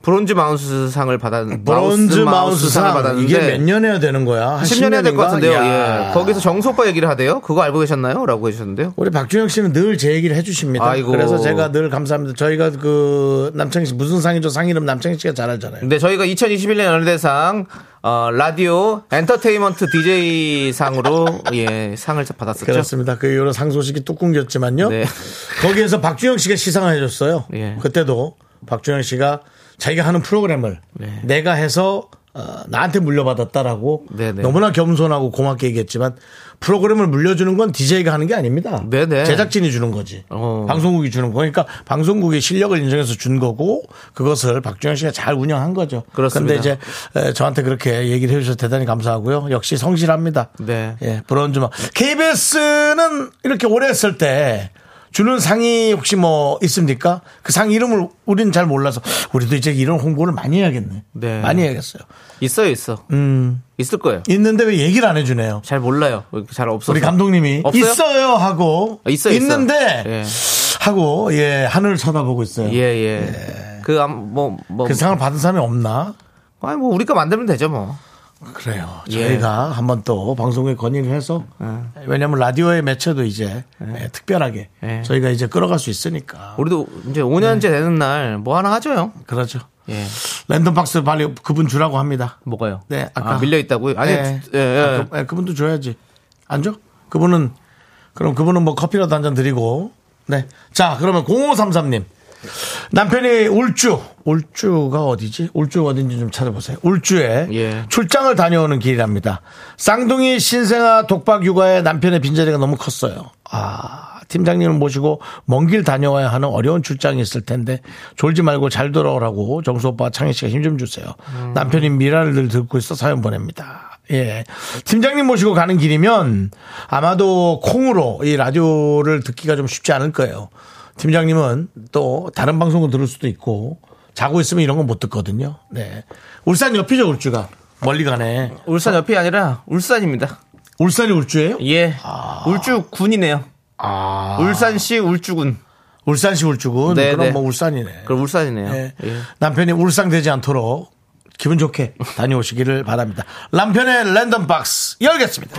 B: 브론즈 마운스상을 받았
A: 브론즈 마운스상
B: 마운스상을 받았는데
A: 이게 몇 년 해야 되는 거야? 한
B: 10년 해야 될
A: 년인가?
B: 것 같은데요.
A: 야.
B: 예. 거기서 정수 오빠 얘기를 하대요. 그거 알고 계셨나요? 라고 해주셨는데요.
A: 우리 박준영 씨는 늘 제 얘기를 해주십니다.
B: 아이고.
A: 그래서 제가 늘 감사합니다. 저희가 그 남창희 씨 무슨 상이죠? 상 이름 남창희 씨가 잘 알잖아요.
B: 네, 저희가 2021년 연예대상 어, 라디오 엔터테인먼트 DJ 상으로 [LAUGHS] 예 상을 받았었죠.
A: 그렇습니다. 그 이후로 상 소식이 뚝 끊겼지만요.
B: 네.
A: 거기에서 박준영 씨가 시상을 해줬어요.
B: 예.
A: 그때도 박준영 씨가 자기가 하는 프로그램을
B: 네.
A: 내가 해서 어, 나한테 물려받았다라고
B: 네네.
A: 너무나 겸손하고 고맙게 얘기했지만 프로그램을 물려주는 건 DJ가 하는 게 아닙니다.
B: 네네.
A: 제작진이 주는 거지.
B: 어.
A: 방송국이 주는 거니까 그러니까 방송국의 실력을 인정해서 준 거고 그것을 박준영 씨가 잘 운영한 거죠.
B: 그렇습니다.
A: 근데 이제 에, 예, 저한테 그렇게 얘기를 해주셔서 대단히 감사하고요. 역시 성실합니다.
B: 네.
A: 예, 브론즈 마. KBS는 이렇게 오래 했을 때 주는 상이 혹시 뭐 있습니까? 그 상 이름을 우리는 잘 몰라서 우리도 이제 이런 홍보를 많이 해야겠네.
B: 네.
A: 많이 해야겠어요.
B: 있어요, 있어. 있을 거예요.
A: 있는데 왜 얘기를 안 해주네요?
B: 잘 몰라요. 잘 없어서.
A: 우리 감독님이
B: 없어요?
A: 있어요 하고
B: 아, 있어요, 있어요.
A: 는데
B: 예.
A: 하고 예 하늘을 쳐다보고 있어요.
B: 예, 예. 그, 암, 뭐, 뭐.
A: 그 상을 받은 사람이 없나?
B: 아니, 뭐, 우리가 만들면 되죠, 뭐.
A: 그래요.
B: 예.
A: 저희가 한번 또 방송에 건의를 해서 왜냐하면 라디오의 매체도 이제 예, 특별하게
B: 예.
A: 저희가 이제 끌어갈 수 있으니까.
B: 우리도 이제 5년째 되는 날 뭐 하나 하죠, 형.
A: 그렇죠.
B: 예.
A: 랜덤박스 빨리 그분 주라고 합니다.
B: 뭐가요?
A: 네,
B: 아까.
A: 아까
B: 밀려있다고요? 아니,
A: 예.
B: 예, 예.
A: 아, 그, 분도 줘야지. 안 줘? 그분은 그럼 그분은 뭐 커피라도 한 잔 드리고. 네. 자, 그러면 0533님. 남편이 울주, 울주가 어디지? 울주 어딘지 좀 찾아보세요. 울주에
B: 예.
A: 출장을 다녀오는 길이랍니다. 쌍둥이 신생아 독박 육아에 남편의 빈자리가 너무 컸어요. 아, 팀장님을 모시고 먼 길 다녀와야 하는 어려운 출장이 있을 텐데 졸지 말고 잘 돌아오라고 정수 오빠 창희 씨가 힘 좀 주세요. 남편이 미라를 늘 듣고 있어 사연 보냅니다. 예. 팀장님 모시고 가는 길이면 아마도 콩으로 이 라디오를 듣기가 좀 쉽지 않을 거예요. 팀장님은 또 다른 방송을 들을 수도 있고 자고 있으면 이런 건 못 듣거든요. 네. 울산 옆이죠, 울주가. 멀리 가네.
B: 울산 옆이 아니라 울산입니다.
A: 울산이 울주예요?
B: 예. 울주 군이네요. 울산시 울주군.
A: 울산시 울주군.
B: 네,
A: 그럼
B: 네.
A: 뭐 울산이네.
B: 그럼 울산이네요.
A: 예.
B: 예.
A: 남편이 울상되지 않도록 기분 좋게 다녀오시기를 바랍니다. 남편의 랜덤 박스 열겠습니다.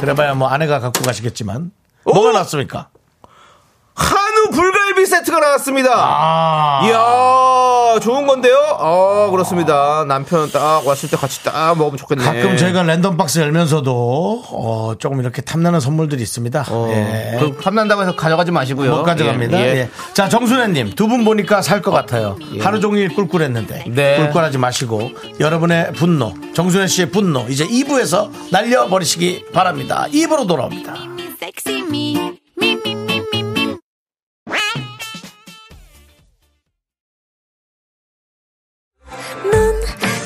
A: 그래봐야 뭐 아내가 갖고 가시겠지만 뭐가 났습니까?
B: 한우 불갈비 세트가 나왔습니다.
A: 아,
B: 이야, 좋은 건데요? 아, 그렇습니다. 남편 딱 왔을 때 같이 딱 먹으면 좋겠네.
A: 가끔 저희가 랜덤 박스 열면서도 어, 조금 이렇게 탐나는 선물들이 있습니다.
B: 어,
A: 예.
B: 그 탐난다고 해서 가져가지 마시고요.
A: 못 가져갑니다.
B: 예, 예.
A: 예. 자, 정순혜님 두 분 보니까 살 것 같아요. 하루 종일 꿀꿀했는데
B: 네.
A: 꿀꿀하지 마시고 여러분의 분노, 정순혜 씨의 분노 이제 2부에서 날려버리시기 바랍니다. 2부로 돌아옵니다.
F: Sexy me, me, me, me, me, me.
G: 넌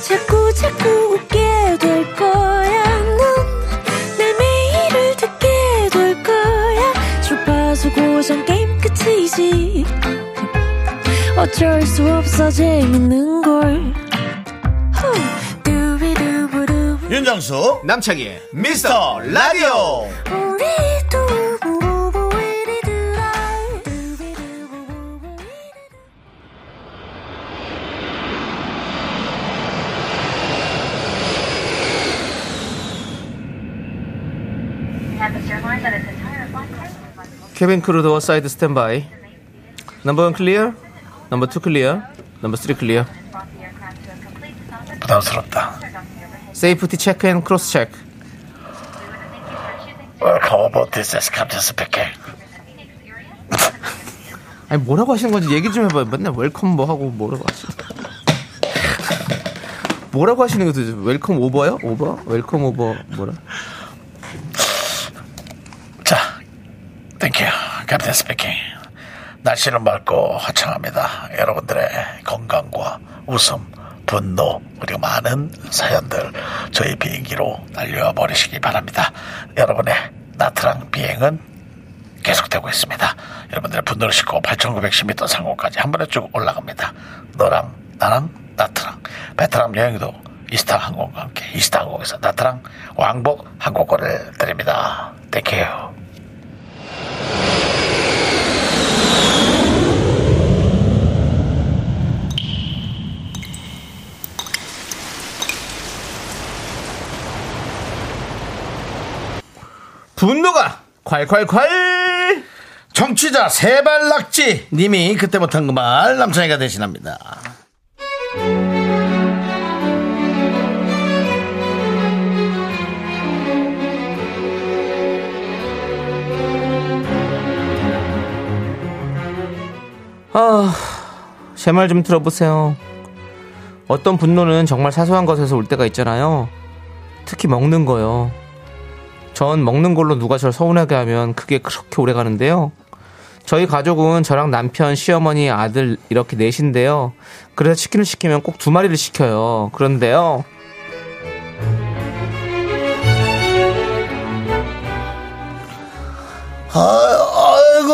G: 자꾸 자꾸 웃게 될 거야. 넌내 매일을 듣게 될 거야. 주파수 고정 게임 끝이지. 어쩔 수 없어 재밌는 걸. 후. 두비두부두.
A: 윤정수
B: 남창희의
A: 미스터 라디오
G: 우리 두부부부 우리 두라. 두비두부부부 우리 두라.
B: 케빈 크루더와 사이드 스탠바이. 넘버 원 클리어, 넘버 투 클리어, 넘버 쓰리 클리어.
A: 부담스럽다.
B: 세이프티 체크 앤 크로스 체크.
A: Welcome aboard this is Captain Speaker.
B: 아니 뭐라고 하시는 건지 얘기 좀 해봐요. 맨날 웰컴 뭐 하고 뭐라고 하시는 뭐라고 하시는 거 도대체 웰컴 오버요? 오버? 웰컴 오버 뭐라?
A: 자, 땡큐. 캡틴 스피킹. 날씨는 맑고 화창합니다. 여러분들의 건강과 웃음, 분노, 그리고 많은 사연들 저희 비행기로 날려버리시기 바랍니다. 여러분의 나트랑 비행은 계속되고 있습니다. 여러분들의 분노를 싣고 8,910m 상공까지 한 번에 쭉 올라갑니다. 너랑 나랑 나트랑 베트남 여행도 이스타 항공과 함께 이스타 항공에서 나트랑 왕복 항공권을 드립니다. 땡큐.
B: 분노가 콸콸콸!
A: 정취자 세발낙지 님이 그때 못한 그 말 남창이가 대신합니다.
B: 제 말 좀 들어보세요. 어떤 분노는 정말 사소한 것에서 올 때가 있잖아요. 특히 먹는 거요. 전 먹는 걸로 누가 저를 서운하게 하면 그게 그렇게 오래 가는데요. 저희 가족은 저랑 남편, 시어머니, 아들 이렇게 넷인데요. 그래서 치킨을 시키면 꼭 두 마리를 시켜요. 그런데요.
A: 아, 이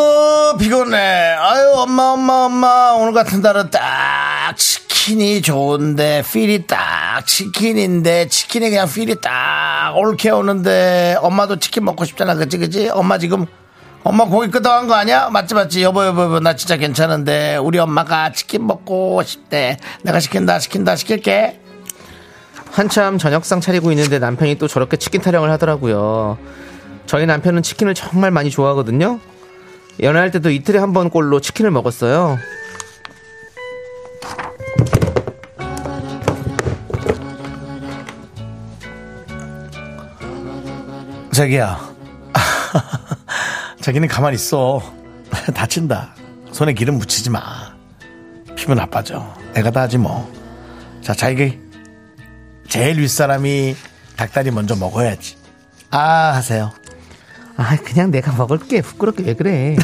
A: 고 피곤해. 아유 엄마 엄마 엄마 오늘 같은 날은 딱 치킨이 좋은데 필이 딱 치킨인데 치킨이 그냥 필이 딱 올케 오는데 엄마도 치킨 먹고 싶잖아 그치 그치 엄마 지금 엄마 고기 끄덕한 거 아니야? 맞지 맞지 여보 여보 여보 나 진짜 괜찮은데 우리 엄마가 치킨 먹고 싶대 내가 시킨다 시킨다 시킬게
B: 한참 저녁상 차리고 있는데 남편이 또 저렇게 치킨 타령을 하더라고요. 저희 남편은 치킨을 정말 많이 좋아하거든요. 연애할 때도 이틀에 한 번 꼴로 치킨을 먹었어요.
A: 자기야. [LAUGHS] 자기는 가만히 있어. [LAUGHS] 다친다. 손에 기름 묻히지 마. 피부 나빠져. 내가 다 하지 뭐. 자, 자기. 제일 윗사람이 닭다리 먼저 먹어야지. 아, 하세요.
H: 아, 그냥 내가 먹을게. 부끄럽게 왜 그래.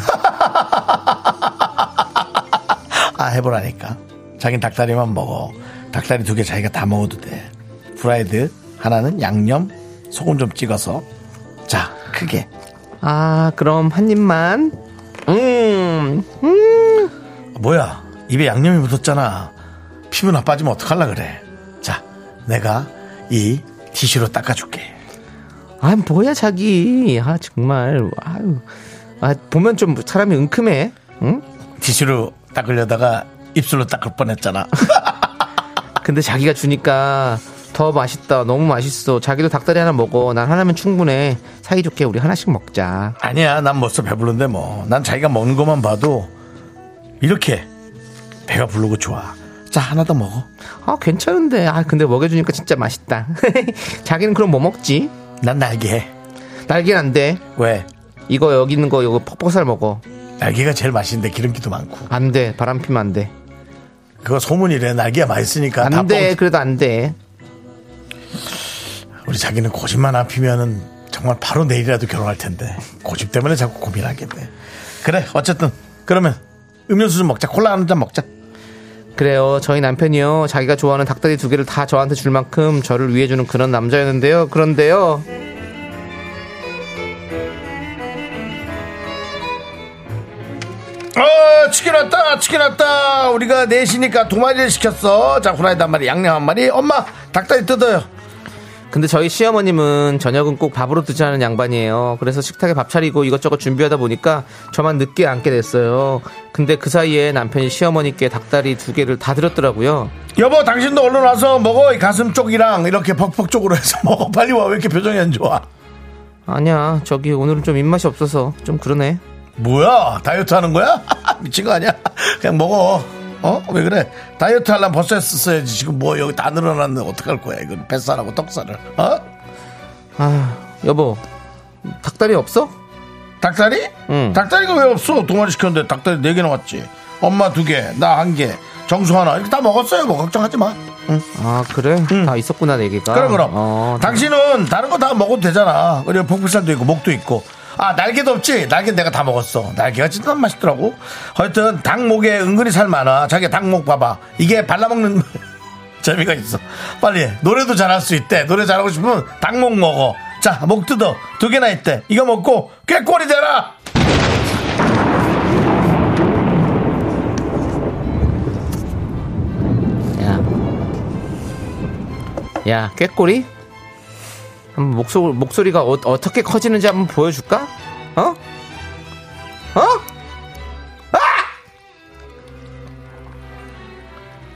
A: 아 해보라니까 자긴 닭다리만 먹어 닭다리 두 개 자기가 다 먹어도 돼 프라이드 하나는 양념 소금 좀 찍어서 자 크게
H: 아, 그럼 한 입만. 음, 음.
A: 뭐야 입에 양념이 묻었잖아 피부 나빠지면 어떡할라 그래 자 내가 이 티슈로 닦아줄게
H: 아, 뭐야, 자기. 아, 정말. 아유. 아, 보면 좀 사람이 은큼해. 응?
A: 티슈로 닦으려다가 입술로 닦을 뻔했잖아 [LAUGHS]
H: 근데 자기가 주니까 더 맛있다. 너무 맛있어. 자기도 닭다리 하나 먹어. 난 하나면 충분해. 사이좋게 우리 하나씩 먹자.
A: 아니야 난 벌써 배부른데 뭐 난 자기가 먹는 것만 봐도 이렇게 배가 부르고 좋아 자 하나 더 먹어
H: 아, 괜찮은데. 아, 근데 먹여주니까 진짜 맛있다. [LAUGHS] 자기는 그럼 뭐 먹지?
A: 난 날개
H: 날개는 안 돼.
A: 왜
H: 이거 여기 있는 거 이거 퍽퍽살 먹어.
A: 날개가 제일 맛있는데 기름기도 많고
H: 안 돼. 바람 피면 안 돼.
A: 그거 소문이래 날개가 맛있으니까 아, 다
H: 안 돼.
A: 뻥-
H: 그래도 안 돼.
A: 우리 자기는 고집만 안 피면은 정말 바로 내일이라도 결혼할 텐데 고집 때문에 자꾸 고민하게 돼 그래 어쨌든 그러면 음료수 좀 먹자 콜라 한 잔 먹자
H: 그래요. 저희 남편이요. 자기가 좋아하는 닭다리 두 개를 다 저한테 줄 만큼 저를 위해주는 그런 남자였는데요. 그런데요.
A: 어 치킨 왔다 치킨 왔다 우리가 넷이니까 두 마리를 시켰어 자 후라이드 한 마리 양념 한 마리 엄마 닭다리 뜯어요
H: 근데 저희 시어머님은 저녁은 꼭 밥으로 드시는 양반이에요. 그래서 식탁에 밥 차리고 이것저것 준비하다 보니까 저만 늦게 앉게 됐어요. 근데 그 사이에 남편이 시어머니께 닭다리 두 개를 다 드렸더라고요.
A: 여보 당신도 얼른 와서 먹어 이 가슴 쪽이랑 이렇게 벅벅 쪽으로 해서 [LAUGHS] 먹어 빨리 와 왜 이렇게 표정이 안 좋아
H: 아니야, 저기 오늘은 좀 입맛이 없어서 좀 그러네.
A: 뭐야 다이어트 하는 거야? [LAUGHS] 미친 거 아니야? 그냥 먹어 어? 왜 그래? 다이어트 하려면 벌써 했었어야지 지금 뭐 여기 다 늘어났는데 어떡할 거야 이건 뱃살하고 떡살을 어?
H: 아, 여보, 닭다리 없어?
A: 닭다리?
H: 응.
A: 닭다리가 왜 없어? 두 마리 시켰는데 닭다리 네 개나 왔지 엄마 두 개 나 한 개 정수 하나 이렇게 다 먹었어요 뭐 걱정하지 마
H: 아, 그래? 다 있었구나, 내기가.
A: 그럼 그럼
H: 어,
A: 당신은 다른 거 다 먹어도 되잖아 그리고 폭풀살도 있고 목도 있고 아 날개도 없지 날개 는 내가 다 먹었어 날개가 진짜 맛있더라고 하여튼 닭목에 은근히 살 많아 자기 닭목 봐봐 이게 발라먹는 [LAUGHS] 재미가 있어 빨리 해. 노래도 잘할 수 있대 노래 잘하고 싶으면 닭목 먹어 자 목 뜯어 두 개나 있대 이거 먹고 꾀꼬리 되라
H: 야. 야, 꾀꼬리? 한번 목소, 목소리가 어, 어떻게 커지는지 한번 보여줄까? 어? 어? 아!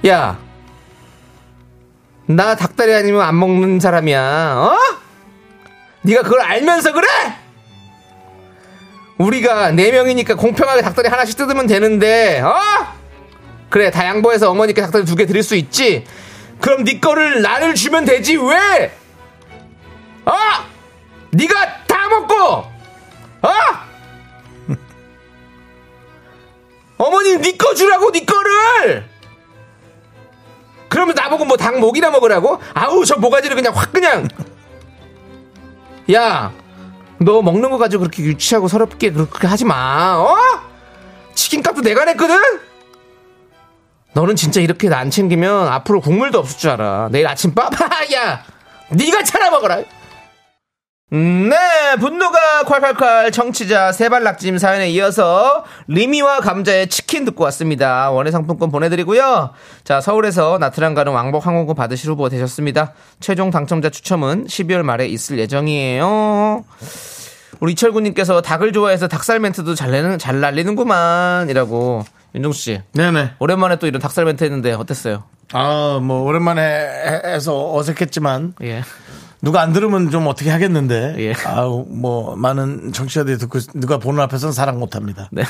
H: 야. 나 닭다리 아니면 안 먹는 사람이야. 어? 네가 그걸 알면서 그래? 우리가 네 명이니까 공평하게 닭다리 하나씩 뜯으면 되는데. 어? 그래 다 양보해서 어머니께 닭다리 두 개 드릴 수 있지 그럼 네 거를 나를 주면 되지 왜 어? 네가 다 먹고 어? [LAUGHS] 어머님 네 거 주라고 네 거를 그러면 나보고 뭐 닭 목이나 먹으라고 아우 저 모가지를 그냥 확 그냥 야 너 먹는 거 가지고 그렇게 유치하고 서럽게 그렇게 하지 마 어? 치킨값도 내가 냈거든 너는 진짜 이렇게 안 챙기면 앞으로 국물도 없을 줄 알아. 내일 아침밥? [LAUGHS] 야, 네가 차려 먹어라. 음, 네, 분노가 콸콸콸 청취자 세발낙짐 사연에 이어서 리미와 감자의 치킨 듣고 왔습니다. 원예 상품권 보내드리고요. 자, 서울에서 나트랑 가는 왕복 항공권 받으실 후보 되셨습니다. 최종 당첨자 추첨은 12월 말에 있을 예정이에요. 우리 이철구님께서 닭을 좋아해서 닭살 멘트도 잘, 내는, 잘 날리는구만 이라고 윤종수 씨
A: 네네
H: 오랜만에 또 이런 닭살 멘트 했는데 어땠어요?
A: 아 뭐 오랜만에 해- 해서 어색했지만
H: 예.
A: 누가 안 들으면 좀 어떻게 하겠는데.
H: 예.
A: 아우, 뭐, 많은 청취자들이 듣고, 있- 누가 보는 앞에서는 사랑 못 합니다.
H: 네.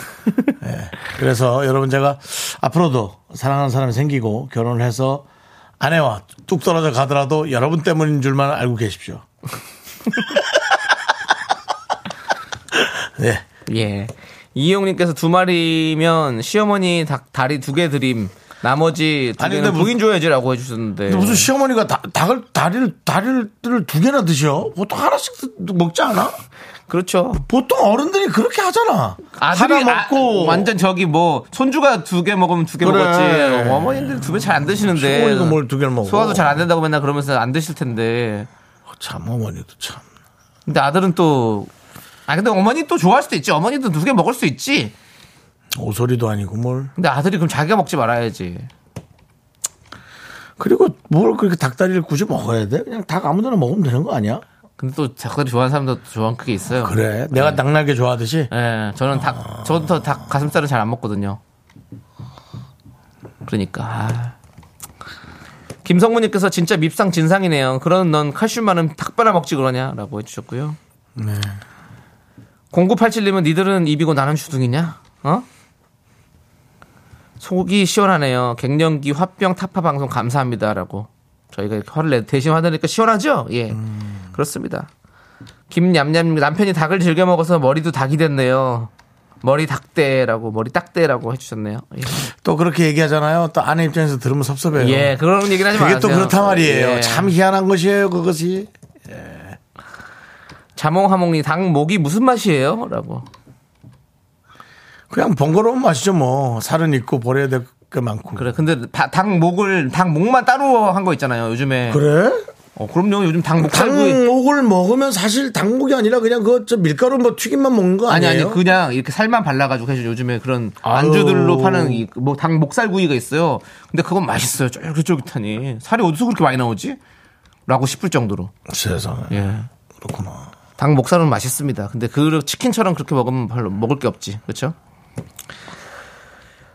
A: 예. 그래서 여러분 제가 앞으로도 사랑하는 사람이 생기고 결혼을 해서 아내와 뚝 떨어져 가더라도 여러분 때문인 줄만 알고 계십시오. 예.
H: 예. 이용님께서 두 마리면 시어머니 닭 다리 두 개 드림. 나머지 두
A: 아니,
H: 개는
A: 근데
H: 부인 줘야지라고 해주셨는데.
A: 근데 무슨 시어머니가 다, 닭을, 다리를, 다리를 두 개나 드셔? 보통 하나씩 먹지 않아?
H: 그렇죠.
A: 보통 어른들이 그렇게 하잖아.
H: 아들이
A: 하나 먹고
H: 아, 완전 저기 뭐 손주가 두 개 먹으면 두 개
A: 그래.
H: 먹었지. 어머님들 두 개 잘 안 드시는데.
A: 시골이고 뭘 두 개를 먹어.
H: 네. 소화도 잘 안 된다고 맨날 그러면서 안 드실 텐데.
A: 참 어머니도 참.
H: 근데 아들은 또. 아 근데 어머니 또 좋아할 수도 있지. 어머니도 두 개 먹을 수 있지.
A: 오소리도 아니고 뭘.
H: 근데 아들이 그럼 자기가 먹지 말아야지.
A: 그리고 뭘 그렇게 닭다리를 굳이 먹어야 돼? 그냥 닭 아무데나 먹으면 되는 거 아니야?
H: 근데 또 닭다리 좋아하는 사람도 좋아하는 그게 있어요.
A: 그래. 내가
H: 네.
A: 낙나게 좋아하듯이.
H: 예, 저는 닭, 저부터 닭 가슴살은 잘 안 먹거든요. 그러니까. 아. 김성무님께서 진짜 밉상 진상이네요. 그런 넌 칼슘 많은 닭 빨아 먹지 그러냐라고 해주셨고요.
A: 네.
H: 0987님은 니들은 입이고 나는 주둥이냐? 어? 속이 시원하네요. 갱년기 화병 타파 방송 감사합니다라고 저희가 이렇게 화를 내 대신 화내니까 시원하죠? 예, 그렇습니다. 김냠냠 남편이 닭을 즐겨 먹어서 머리도 닭이 됐네요. 머리 닭대라고 머리 딱대라고 해주셨네요. 예,
A: 또 그렇게 얘기하잖아요. 또 아내 입장에서 들으면 섭섭해요.
H: 예, 그런 얘기는 하지
A: 그게
H: 마세요.
A: 또 그렇단 말이에요.
H: 예.
A: 참 희한한 것이에요, 그것이.
H: 자몽하몽님 닭 목이 무슨 맛이에요?라고
A: 그냥 번거로운 맛이죠, 뭐. 살은 있고 버려야 될 게 많고.
H: 그래. 근데 다- 닭 목을 닭 목만 따로 한 거 있잖아요. 요즘에
A: 그래?
H: 어, 그럼요. 요즘 닭 목살구이.
A: 닭목을 먹으면 사실 닭목이 아니라 그냥 그거 저 밀가루 뭐 튀김만 먹는 거
H: 아니
A: 아니에요?
H: 아니 그냥 이렇게 살만 발라가지고 해주 요즘에 그런
A: 아유.
H: 안주들로 파는 이- 뭐 닭 목살구이가 있어요. 근데 그건 맛있어요. 쫄깃쫄깃하니 살이 어디서 그렇게 많이 나오지? 라고 싶을 정도로.
A: 세상에.
H: 예.
A: 그렇구나.
H: 닭 목살은 맛있습니다. 근데 그 치킨처럼 그렇게 먹으면 별로 먹을 게 없지. 그렇죠?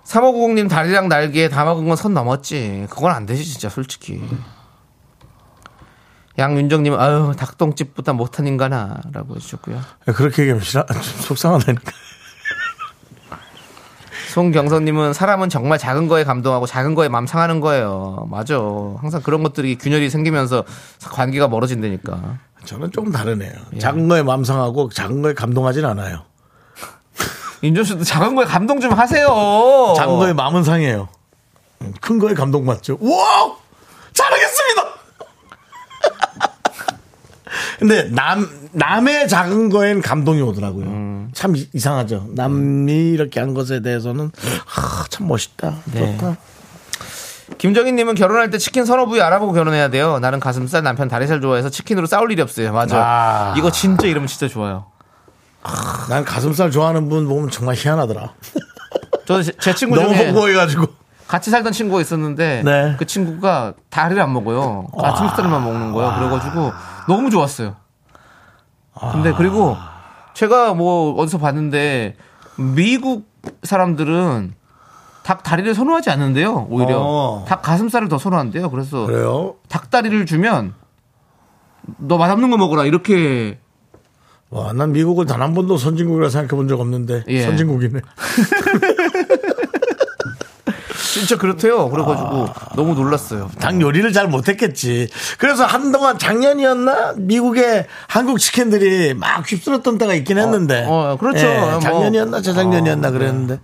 H: 3590님 다리랑 날개에 담아간 건 선 넘었지. 그건 안 되지 진짜 솔직히. 양윤정님 아유 닭똥집보다 못한 인간아라고 해주셨고요.
A: 그렇게 얘기하면 싫어. [LAUGHS] 좀 속상하다니까.
H: 송경선님은 사람은 정말 작은 거에 감동하고 작은 거에 맘 상하는 거예요. 맞아. 항상 그런 것들이 균열이 생기면서 관계가 멀어진다니까.
A: 저는 조금 다르네요.
H: 예.
A: 작은 거에 맘상하고 작은 거에 감동하진 않아요.
H: 윤정 씨도 작은 거에 감동 좀 하세요.
A: 작은 거에 마음은 상해요. 음, 큰 거에 감동받죠. 우와! 잘하겠습니다! [LAUGHS] 근데 남, 남의 작은 거엔 감동이 오더라고요.
H: 음.
A: 참 이- 이상하죠. 남이 이렇게 한 것에 대해서는, 아, 참 멋있다.
H: 네.
A: 좋다.
H: 김정희님은 결혼할 때 치킨 서너 부위 알아보고 결혼해야 돼요. 나는 가슴살, 남편 다리살 좋아해서 치킨으로 싸울 일이 없어요. 맞아.
A: 아.
H: 이거 진짜 이러면 진짜 좋아요.
A: 난 가슴살 좋아하는 분 보면 정말 희한하더라.
H: 저는 제- 제 친구
A: 너무
H: 중에
A: 홍보해가지고.
H: 같이 살던 친구가 있었는데
A: 네.
H: 그 친구가 다리를 안 먹어요. 가슴살만 먹는 거예요. 그래가지고 너무 좋았어요. 근데 그리고 제가 뭐 어디서 봤는데 미국 사람들은 닭 다리를 선호하지 않는데요. 오히려
A: 어.
H: 닭 가슴살을 더 선호한대요. 그래서
A: 그래요?
H: 닭다리를 주면 너 맛없는 거 먹어라 이렇게
A: 와, 난 미국을 단 한 번도 선진국이라 생각해 본 적 없는데.
H: 예.
A: 선진국이네.
H: 진짜 그렇대요. 그래가지고 너무 놀랐어요.
A: 당 요리를 잘 못했겠지. 그래서 한동안 작년이었나 미국에 한국 치킨들이 막 휩쓸었던 때가 있긴 했는데. 예,
H: 어, 그렇죠. 뭐.
A: 작년이었나 재작년이었나 그랬는데. 어,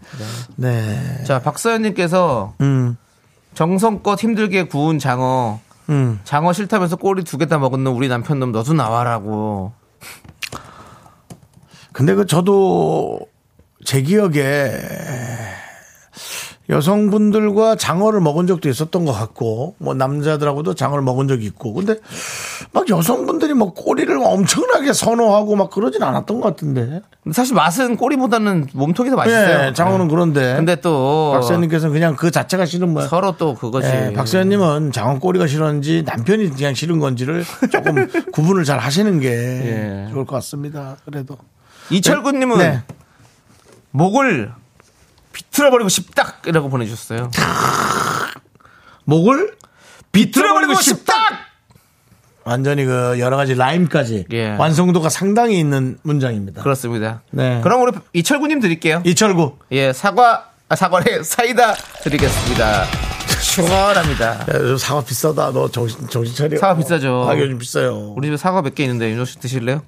A: 네.
H: 자 박서연님께서
A: 음.
H: 정성껏 힘들게 구운 장어
A: 음.
H: 장어 싫다면서 꼬리 두 개 다 먹은 놈 우리 남편 놈 너도 나와라고
A: 근데 그 저도 제 기억에 여성분들과 장어를 먹은 적도 있었던 것 같고 뭐 남자들하고도 장어를 먹은 적이 있고 근데 막 여성분들이 뭐 꼬리를 엄청나게 선호하고 막 그러진 않았던 것 같은데.
H: 근데 사실 맛은 꼬리보다는 몸통이 더 아, 맛있어요. 네.
A: 예,
B: 네.
A: 장어는 그런데.
H: 근데 또
A: 박사님께서는 그냥 그 자체가 싫은 거야.
H: 서로 또 그거지.
A: 예, 박사님은 장어 꼬리가 싫었는지 남편이 그냥 싫은 건지를 조금 [LAUGHS] 구분을 잘 하시는 게
H: 예.
A: 좋을 것 같습니다. 그래도
H: 이철구님은
A: 네.
H: 목을 비틀어버리고 싶다이라고 보내주셨어요.
A: 아, 목을
H: 비틀어버리고 싶다.
A: 완전히 그 여러 가지 라임까지
H: 예.
A: 완성도가 상당히 있는 문장입니다.
H: 그렇습니다.
A: 네.
H: 그럼 우리 이철구님 드릴게요.
A: 이철구
H: 예, 사과, 아,
B: [LAUGHS]
H: 사과래, 사이다 드리겠습니다. 시원합니다.
A: 야, 요즘 사과 비싸다. 너 정신 정신 차려.
H: 사과 비싸죠.
A: 아, 요즘 비싸요.
H: 우리 집에 사과 몇 개 있는데, 윤호 씨 드실래요?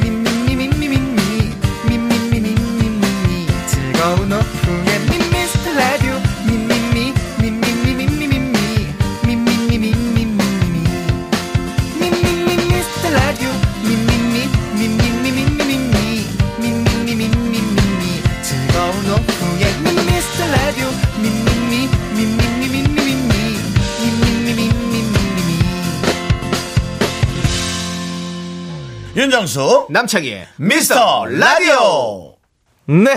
I: 미미미 미미미 미미미 미미미 즐거운 오후
A: 윤정수
B: 남창희의
A: 미스터 라디오
B: 네.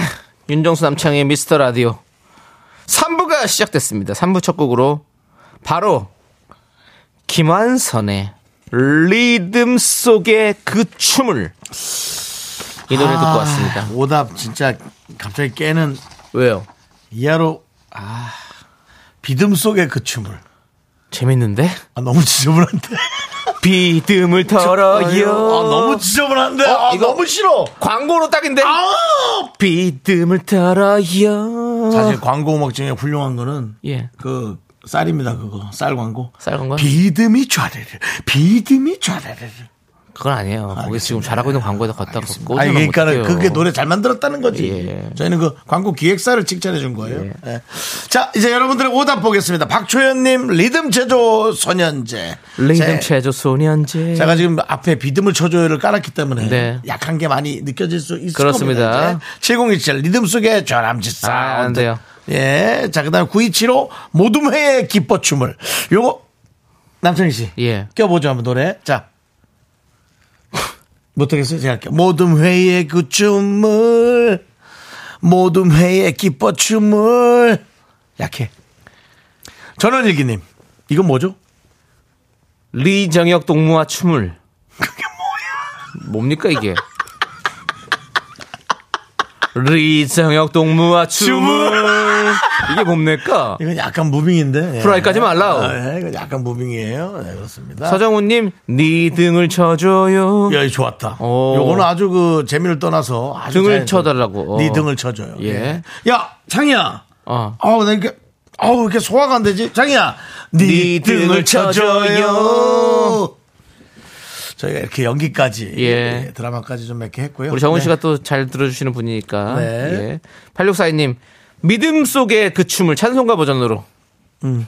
B: 윤정수 남창의 미스터 라디오. 3부가 시작됐습니다. 3부 첫 곡으로 바로 김한선의 리듬 속의 그 춤을 이 노래 듣고 왔습니다.
A: 오답 진짜 갑자기 깨는
B: 왜요?
A: 이하로 아 비듬 속의 그 춤을
B: 재밌는데?
A: 아 너무 지저분한데
B: 비듬을 털어요.
A: 아 너무 지저분한데
B: 어,
A: 아
B: 이거-
A: 너무 싫어
B: 광고로 딱인데.
A: 아
B: 비듬을 털어요.
A: 사실 광고 음악 중에 훌륭한 거는
B: 예.
A: 그 쌀입니다 그거 쌀 광고
B: 쌀 광고?
A: 비듬이 좌르르 비듬이 좌르르
B: 그건 아니에요. 거기 지금 잘하고 있는 광고에다 갖다 꽂고.
A: 아니 그러니까는 그게 노래 잘 만들었다는 거지
B: 예.
A: 저희는 그 광고 기획사를 칭찬해 준 거예요 예. 자 이제 여러분들의 오답 보겠습니다 박초연님 리듬 제조 소년제
B: 리듬
A: 제-
B: 체조 소년제.
A: 제가 지금 앞에 비듬을 쳐줘요를 깔았기 때문에
B: 음. 네.
A: 약한 게 많이 느껴질 수 있을
B: 그렇습니다.
A: 겁니다. 7027 리듬 속의 좌람지사.
B: 아, 안 돼요.
A: 예. 자, 그다음 927호 모둠회의 기뻐춤을. 요거 남창희 씨.
B: 예.
A: 껴보죠 한번 노래. 자. [LAUGHS] 못하겠어요? 제가 할게요. 모둠회의 그 춤을 모둠회의 기뻐춤을 약해. 전원일기님. 이건 뭐죠?
B: 리정혁 동무와 춤을. 그게 뭐야? 뭡니까 이게? 리정혁 동무와 춤을. 이게 뭡니까?
A: 이건 약간 무빙인데. 예.
B: 프라이까지 말라우.
A: 아, 예, 이건 약간 무빙이에요. 네, 그렇습니다.
B: 서정훈님, 니 등을 쳐줘요.
A: 야, 이거 좋았다.
B: 오.
A: 요거는 아주 그 재미를 떠나서 아주
B: 등을
A: 잘-
B: 쳐달라고.
A: 네
B: 어.
A: 등을 쳐줘요.
B: 예.
A: 야, 창이야.
B: 어.
A: 아우, 나 이렇게 아우 이렇게 소화가 안 되지. 창이야. 네,
B: 네
A: 등을
B: 등을
A: 쳐줘요.
B: 쳐줘요.
A: 저희가 이렇게 연기까지
B: 예.
A: 예, 드라마까지 좀 몇 개 했고요.
B: 우리 정훈
A: 네.
B: 씨가 또 잘 들어주시는 분이니까.
A: 네.
B: 예. 8642님, 믿음 속의 그 춤을 찬송가 버전으로.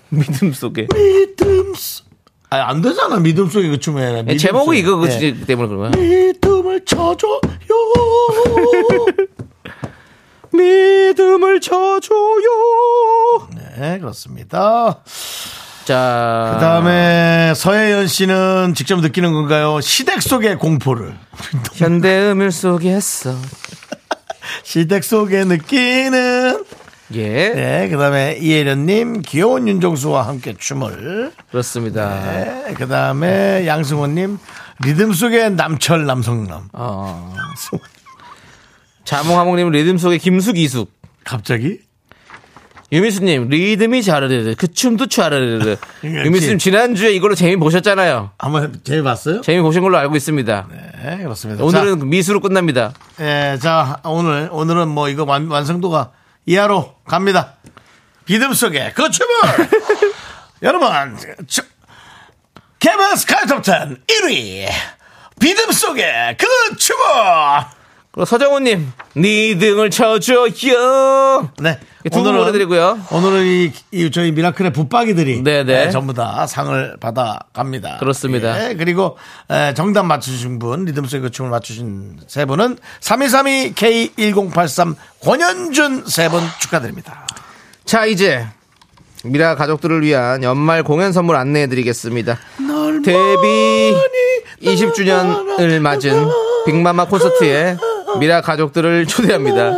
B: 믿음 속에.
A: 믿음 속- 네. 아니, 안 되잖아. 믿음 속에 그 춤을 해라. 믿음
B: 제목이
A: 속에.
B: 이거
A: 예.
B: 그 때문에 그런 거야.
A: 믿음을
B: [LAUGHS]
A: 쳐줘요.
B: 믿음을 쳐줘요.
A: 네, 그렇습니다.
B: 자.
A: 그 다음에 서혜연 씨는 직접 느끼는 건가요? 시댁 속의 공포를.
B: 현대 음일 속에 했어.
A: 시댁 속에 느끼는.
B: 예.
A: 네, 그 다음에 이혜련님, 귀여운 윤정수와 함께 춤을.
B: 그렇습니다.
A: 네, 그 다음에 양승호님, 리듬 속의 남철 남성남.
B: 어. 자몽하몽님 리듬 속에 김숙이숙.
A: [LAUGHS] 갑자기?
B: 유미수님 리듬이 자르르르 그 춤도 좌르르르.
A: 이거
B: 유미수님
A: 역시.
B: 지난주에 이걸로 재미 보셨잖아요.
A: 한번 재봤어요?
B: 재미 보신 걸로 알고 있습니다.
A: 네, 그렇습니다.
B: 오늘은 미수로 끝납니다.
A: 자, 예, 자, 오늘, 오늘은 뭐 이거 완, 완성도가 이하로 갑니다. 비듬 속에 그
B: [LAUGHS]
A: 춤을! 여러분, 저, KBS 가요톱 10 1위! 비듬 속에 그 춤을!
B: 그리고 서정훈님 니 등을 쳐줘요.
A: 네.
B: 두분 보내드리고요.
A: 오늘은 이, 이 저희 미라클의 붙박이들이
B: 네, 네.
A: 예, 전부 다 상을 받아 갑니다.
B: 그렇습니다.
A: 예, 그리고 예, 정답 맞추신 분, 리듬 속의 그 춤을 맞추신 세 분은 3232K1083 권현준 세 분 축하드립니다.
B: 자 이제 미라 가족들을 위한 연말 공연 선물 안내해드리겠습니다. 데뷔 20주년을 맞은 빅마마 콘서트에 미라 가족들을 초대합니다.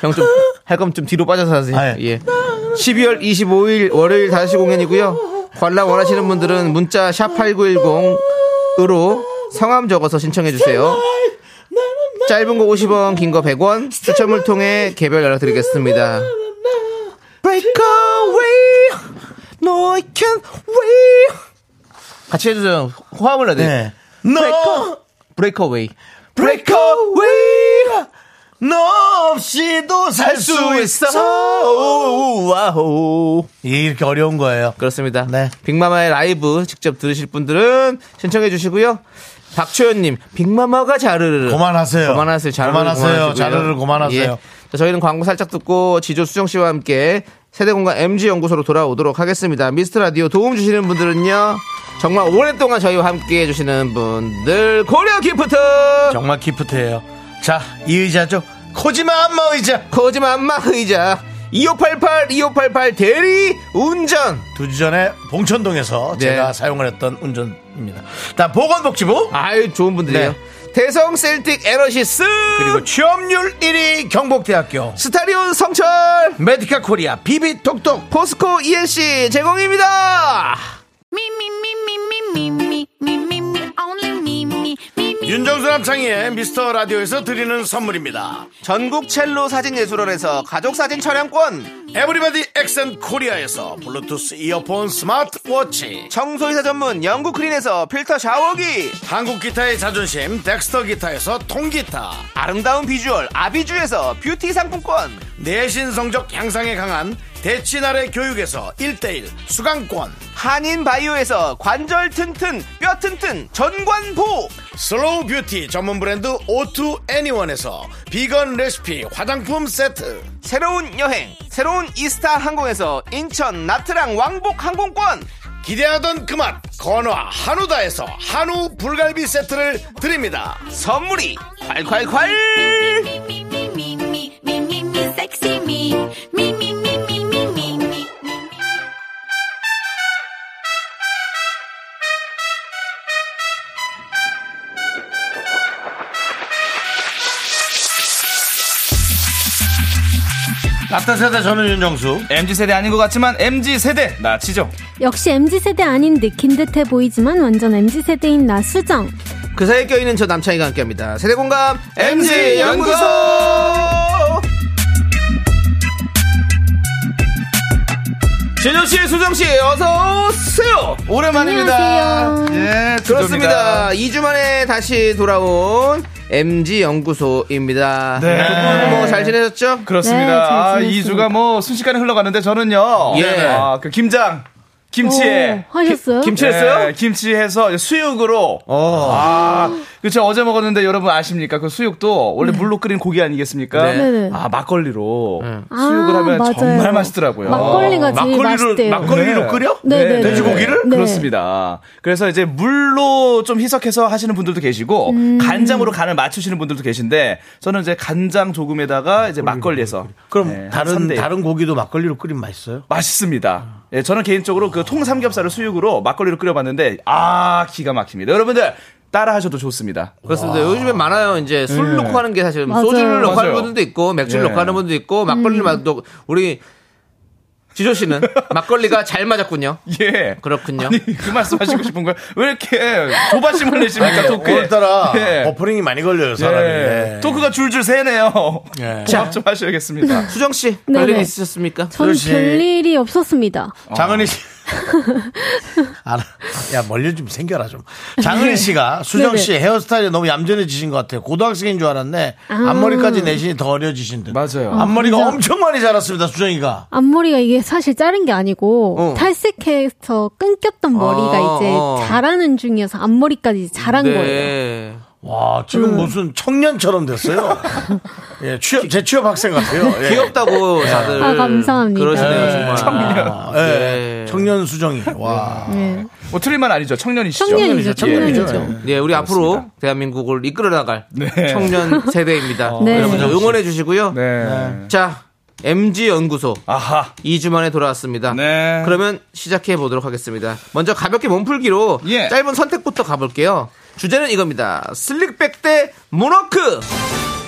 B: 형 좀 할 건 좀 뒤로 빠져서 하세요.
A: 아, 예.
B: 예. 12월 25일 월요일 5시 공연이고요. 관람 원하시는 분들은 문자 샵8910으로 성함 적어서 신청해 주세요. 짧은 거 50원, 긴 거 100원. 추첨을 통해 개별 연락 드리겠습니다. Break away. No, I can't wait. 같이 해주세요. 호흡을 내야 돼.
A: 네. 너,
B: Break away.
A: 브레이크 웨이! 너 없이도 살 수 있어!
B: 와우.
A: 이게 이렇게 어려운 거예요.
B: 그렇습니다.
A: 네.
B: 빅마마의 라이브 직접 들으실 분들은 신청해 주시고요. 박초연님, 빅마마가 자르르.
A: 그만하세요.
B: 그만하세요. 자르르.
A: 그만하세요.
B: 그만하시고요. 예.
A: 자르르 그만하세요.
B: 자, 저희는 광고 살짝 듣고 지조 수정 씨와 함께 세대공간 MG연구소로 돌아오도록 하겠습니다. 미스트 라디오 도움 주시는 분들은요. 정말 오랫동안 저희와 함께 해주시는 분들, 고려 기프트!
A: 정말 기프트예요. 자, 이 의자죠. 코지마 안마 의자.
B: 거짓맘마 의자, 2588, 2588 대리 운전!
A: 두 주 전에 봉천동에서
B: 네.
A: 제가 사용을 했던 운전입니다. 자, 보건복지부.
B: 아유 좋은 분들이에요.
A: 네.
B: 대성 셀틱 에너시스
A: 그리고 취업률 1위 경북대학교
B: 스타리온 성철
A: 메디카 코리아 비비톡톡
B: 포스코 E ENC 제공입니다.
F: Me, me, me, me, me, me, me, me, me, me, only me, me, me, me.
A: 윤정수 남창희의 미스터 라디오에서 드리는 선물입니다
B: 전국 첼로 사진 예술원에서 가족 사진 촬영권,
A: 에브리바디 엑센 코리아에서 블루투스 이어폰 스마트워치
B: 청소이사 전문 영국 크린에서 필터 샤워기,
A: 한국 기타의 자존심 덱스터 기타에서 통기타
B: 아름다운 비주얼 아비주에서 뷰티 상품권,
A: 내신 성적 향상에 강한 대치나래 교육에서 1대1 수강권
B: 한인 바이오에서 관절 튼튼, 뼈 튼튼, 전관보,
A: 슬로우 뷰티 전문 브랜드 오투 애니원에서 비건 레시피 화장품 세트
B: 새로운 여행, 새로운 이스타 항공에서 인천 나트랑 왕복 항공권,
A: 기대하던 그 맛 건화 한우다에서 한우 불갈비 세트를 드립니다
B: 선물이 콸콸콸!
F: Me, me, me, me, me, me, me, sexy me. Me, me, me, me, me, me, me, me.
A: 라타세대 저는 윤정수
J: MZ세대 아닌 것 같지만 MZ세대 나 치죠
G: 역시 MZ세대 아닌 느낀 듯해 보이지만 완전 MZ세대인 나 수정.
B: 그 사이에 껴있는 저 남창희가 함께합니다. 세대공감 MG 연구소. 진영 씨, 수정 씨, 어서 오세요. 오랜만입니다.
G: 안녕하세요.
J: 예
B: 그렇습니다. 2주 만에 다시 돌아온 MG 연구소입니다.
J: 네.
B: 뭐잘 지내셨죠?
J: 그렇습니다.
G: 네, 잘
J: 아,
G: 지냈습니다.
J: 이 주가 뭐 순식간에 흘러가는데 저는요.
B: 예.
J: 아, 그 김장, 김치에.
G: 오, 하셨어요?
B: 김- 김치 했어요?
G: 네.
J: 예, 김치 해서 수육으로.
G: 어.
J: 아, 그쵸. 어제 먹었는데 여러분 아십니까? 그 수육도 원래 물로 끓인 고기 아니겠습니까?
G: 네. 네네.
J: 아, 막걸리로
G: 아,
J: 수육을 하면
G: 맞아요.
J: 정말 맛있더라고요.
G: 막걸리가
J: 어,
G: 제일 맛있대요.
J: 네.
G: 네네네. 돼지고기를? 네.
J: 그렇습니다. 그래서 이제 물로 좀 희석해서 하시는 분들도 계시고 간장으로 간을 맞추시는 분들도 계신데 저는 이제 간장 조금에다가 이제 막걸리에서
A: 그럼
J: 네,
A: 다른
J: 선대.
A: 다른 고기도 막걸리로 끓이면 맛있어요?
J: 맛있습니다. 예, 저는 개인적으로 그 통삼겹살을 수육으로 막걸리로 끓여봤는데 아 기가 막힙니다. 여러분들 따라하셔도 좋습니다. [LAUGHS]
B: 그렇습니다. 요즘에 많아요. 이제 술
J: 예.
B: 넣고 하는 게 사실 뭐
G: 맞아요. 음.
B: 소주를 넣고 하는
J: 맞아요.
B: 분들도 있고 맥주를
J: 예.
B: 넣고 하는 분도 있고 막걸리 맛도 우리 지조
J: [LAUGHS]
B: 씨는 막걸리가 잘 맞았군요.
J: 예.
B: 그렇군요.
J: 아니, 그 말씀하시고 싶은 거예요. 왜 이렇게 조바심을 내십니까 토크에?
A: 오늘따라
J: 예.
A: 버퍼링이 많이 걸려요 사람이.
J: 예.
A: 예.
J: 토크가 줄줄 새네요.
A: 예.
J: 고맙 좀
A: [LAUGHS]
J: 하셔야겠습니다.
B: 수정 씨,
G: 네네.
B: 별일 있으셨습니까?
G: 전
A: 그렇지.
G: 별일이 없었습니다.
A: 장은희 씨. [LAUGHS] 알아. 야, 멀리 좀 생겨라, 좀. 장은희 씨가 수정
G: 네네. 아.
A: 씨 헤어스타일이 너무 얌전해지신 것 같아요. 고등학생인 줄 알았네. 앞머리까지 내신이 더 어려지신 듯.
J: 맞아요.
A: 앞머리가 엄청 많이 자랐습니다, 수정이가.
G: 앞머리가 이게 사실 자른 게 아니고
B: 어.
G: 탈색해서 끊겼던 머리가
B: 아,
G: 이제
B: 어.
G: 자라는 중이어서 앞머리까지 이제 자란 거예요.
B: 네.
A: 와, 지금
G: 음.
A: 무슨 청년처럼
G: [LAUGHS]
A: 됐어요. 예, 취업, 제 취업 학생 같아요. 예.
B: 귀엽다고 다들
G: 아, 감사합니다.
B: 그러시네요 정말.
A: 아, 예.
B: 네.
A: 청년 수정이. 와.
G: 네.
J: 뭐 틀릴만 아니죠. 청년이시죠.
G: 청년이죠, 청년이죠.
B: 예, 우리 앞으로 대한민국을 이끌어 나갈 청년 [LAUGHS] 세대입니다.
G: 네.
B: 여러분 들 응원해 주시고요.
J: 네.
B: 자, MG 연구소
J: 아하.
B: 2주 만에 돌아왔습니다.
J: 네.
B: 그러면 시작해 보도록 하겠습니다. 먼저 가볍게 몸풀기로
J: 예.
B: 짧은 선택부터 가볼게요. 주제는 이겁니다. 슬릭백 대 모노크.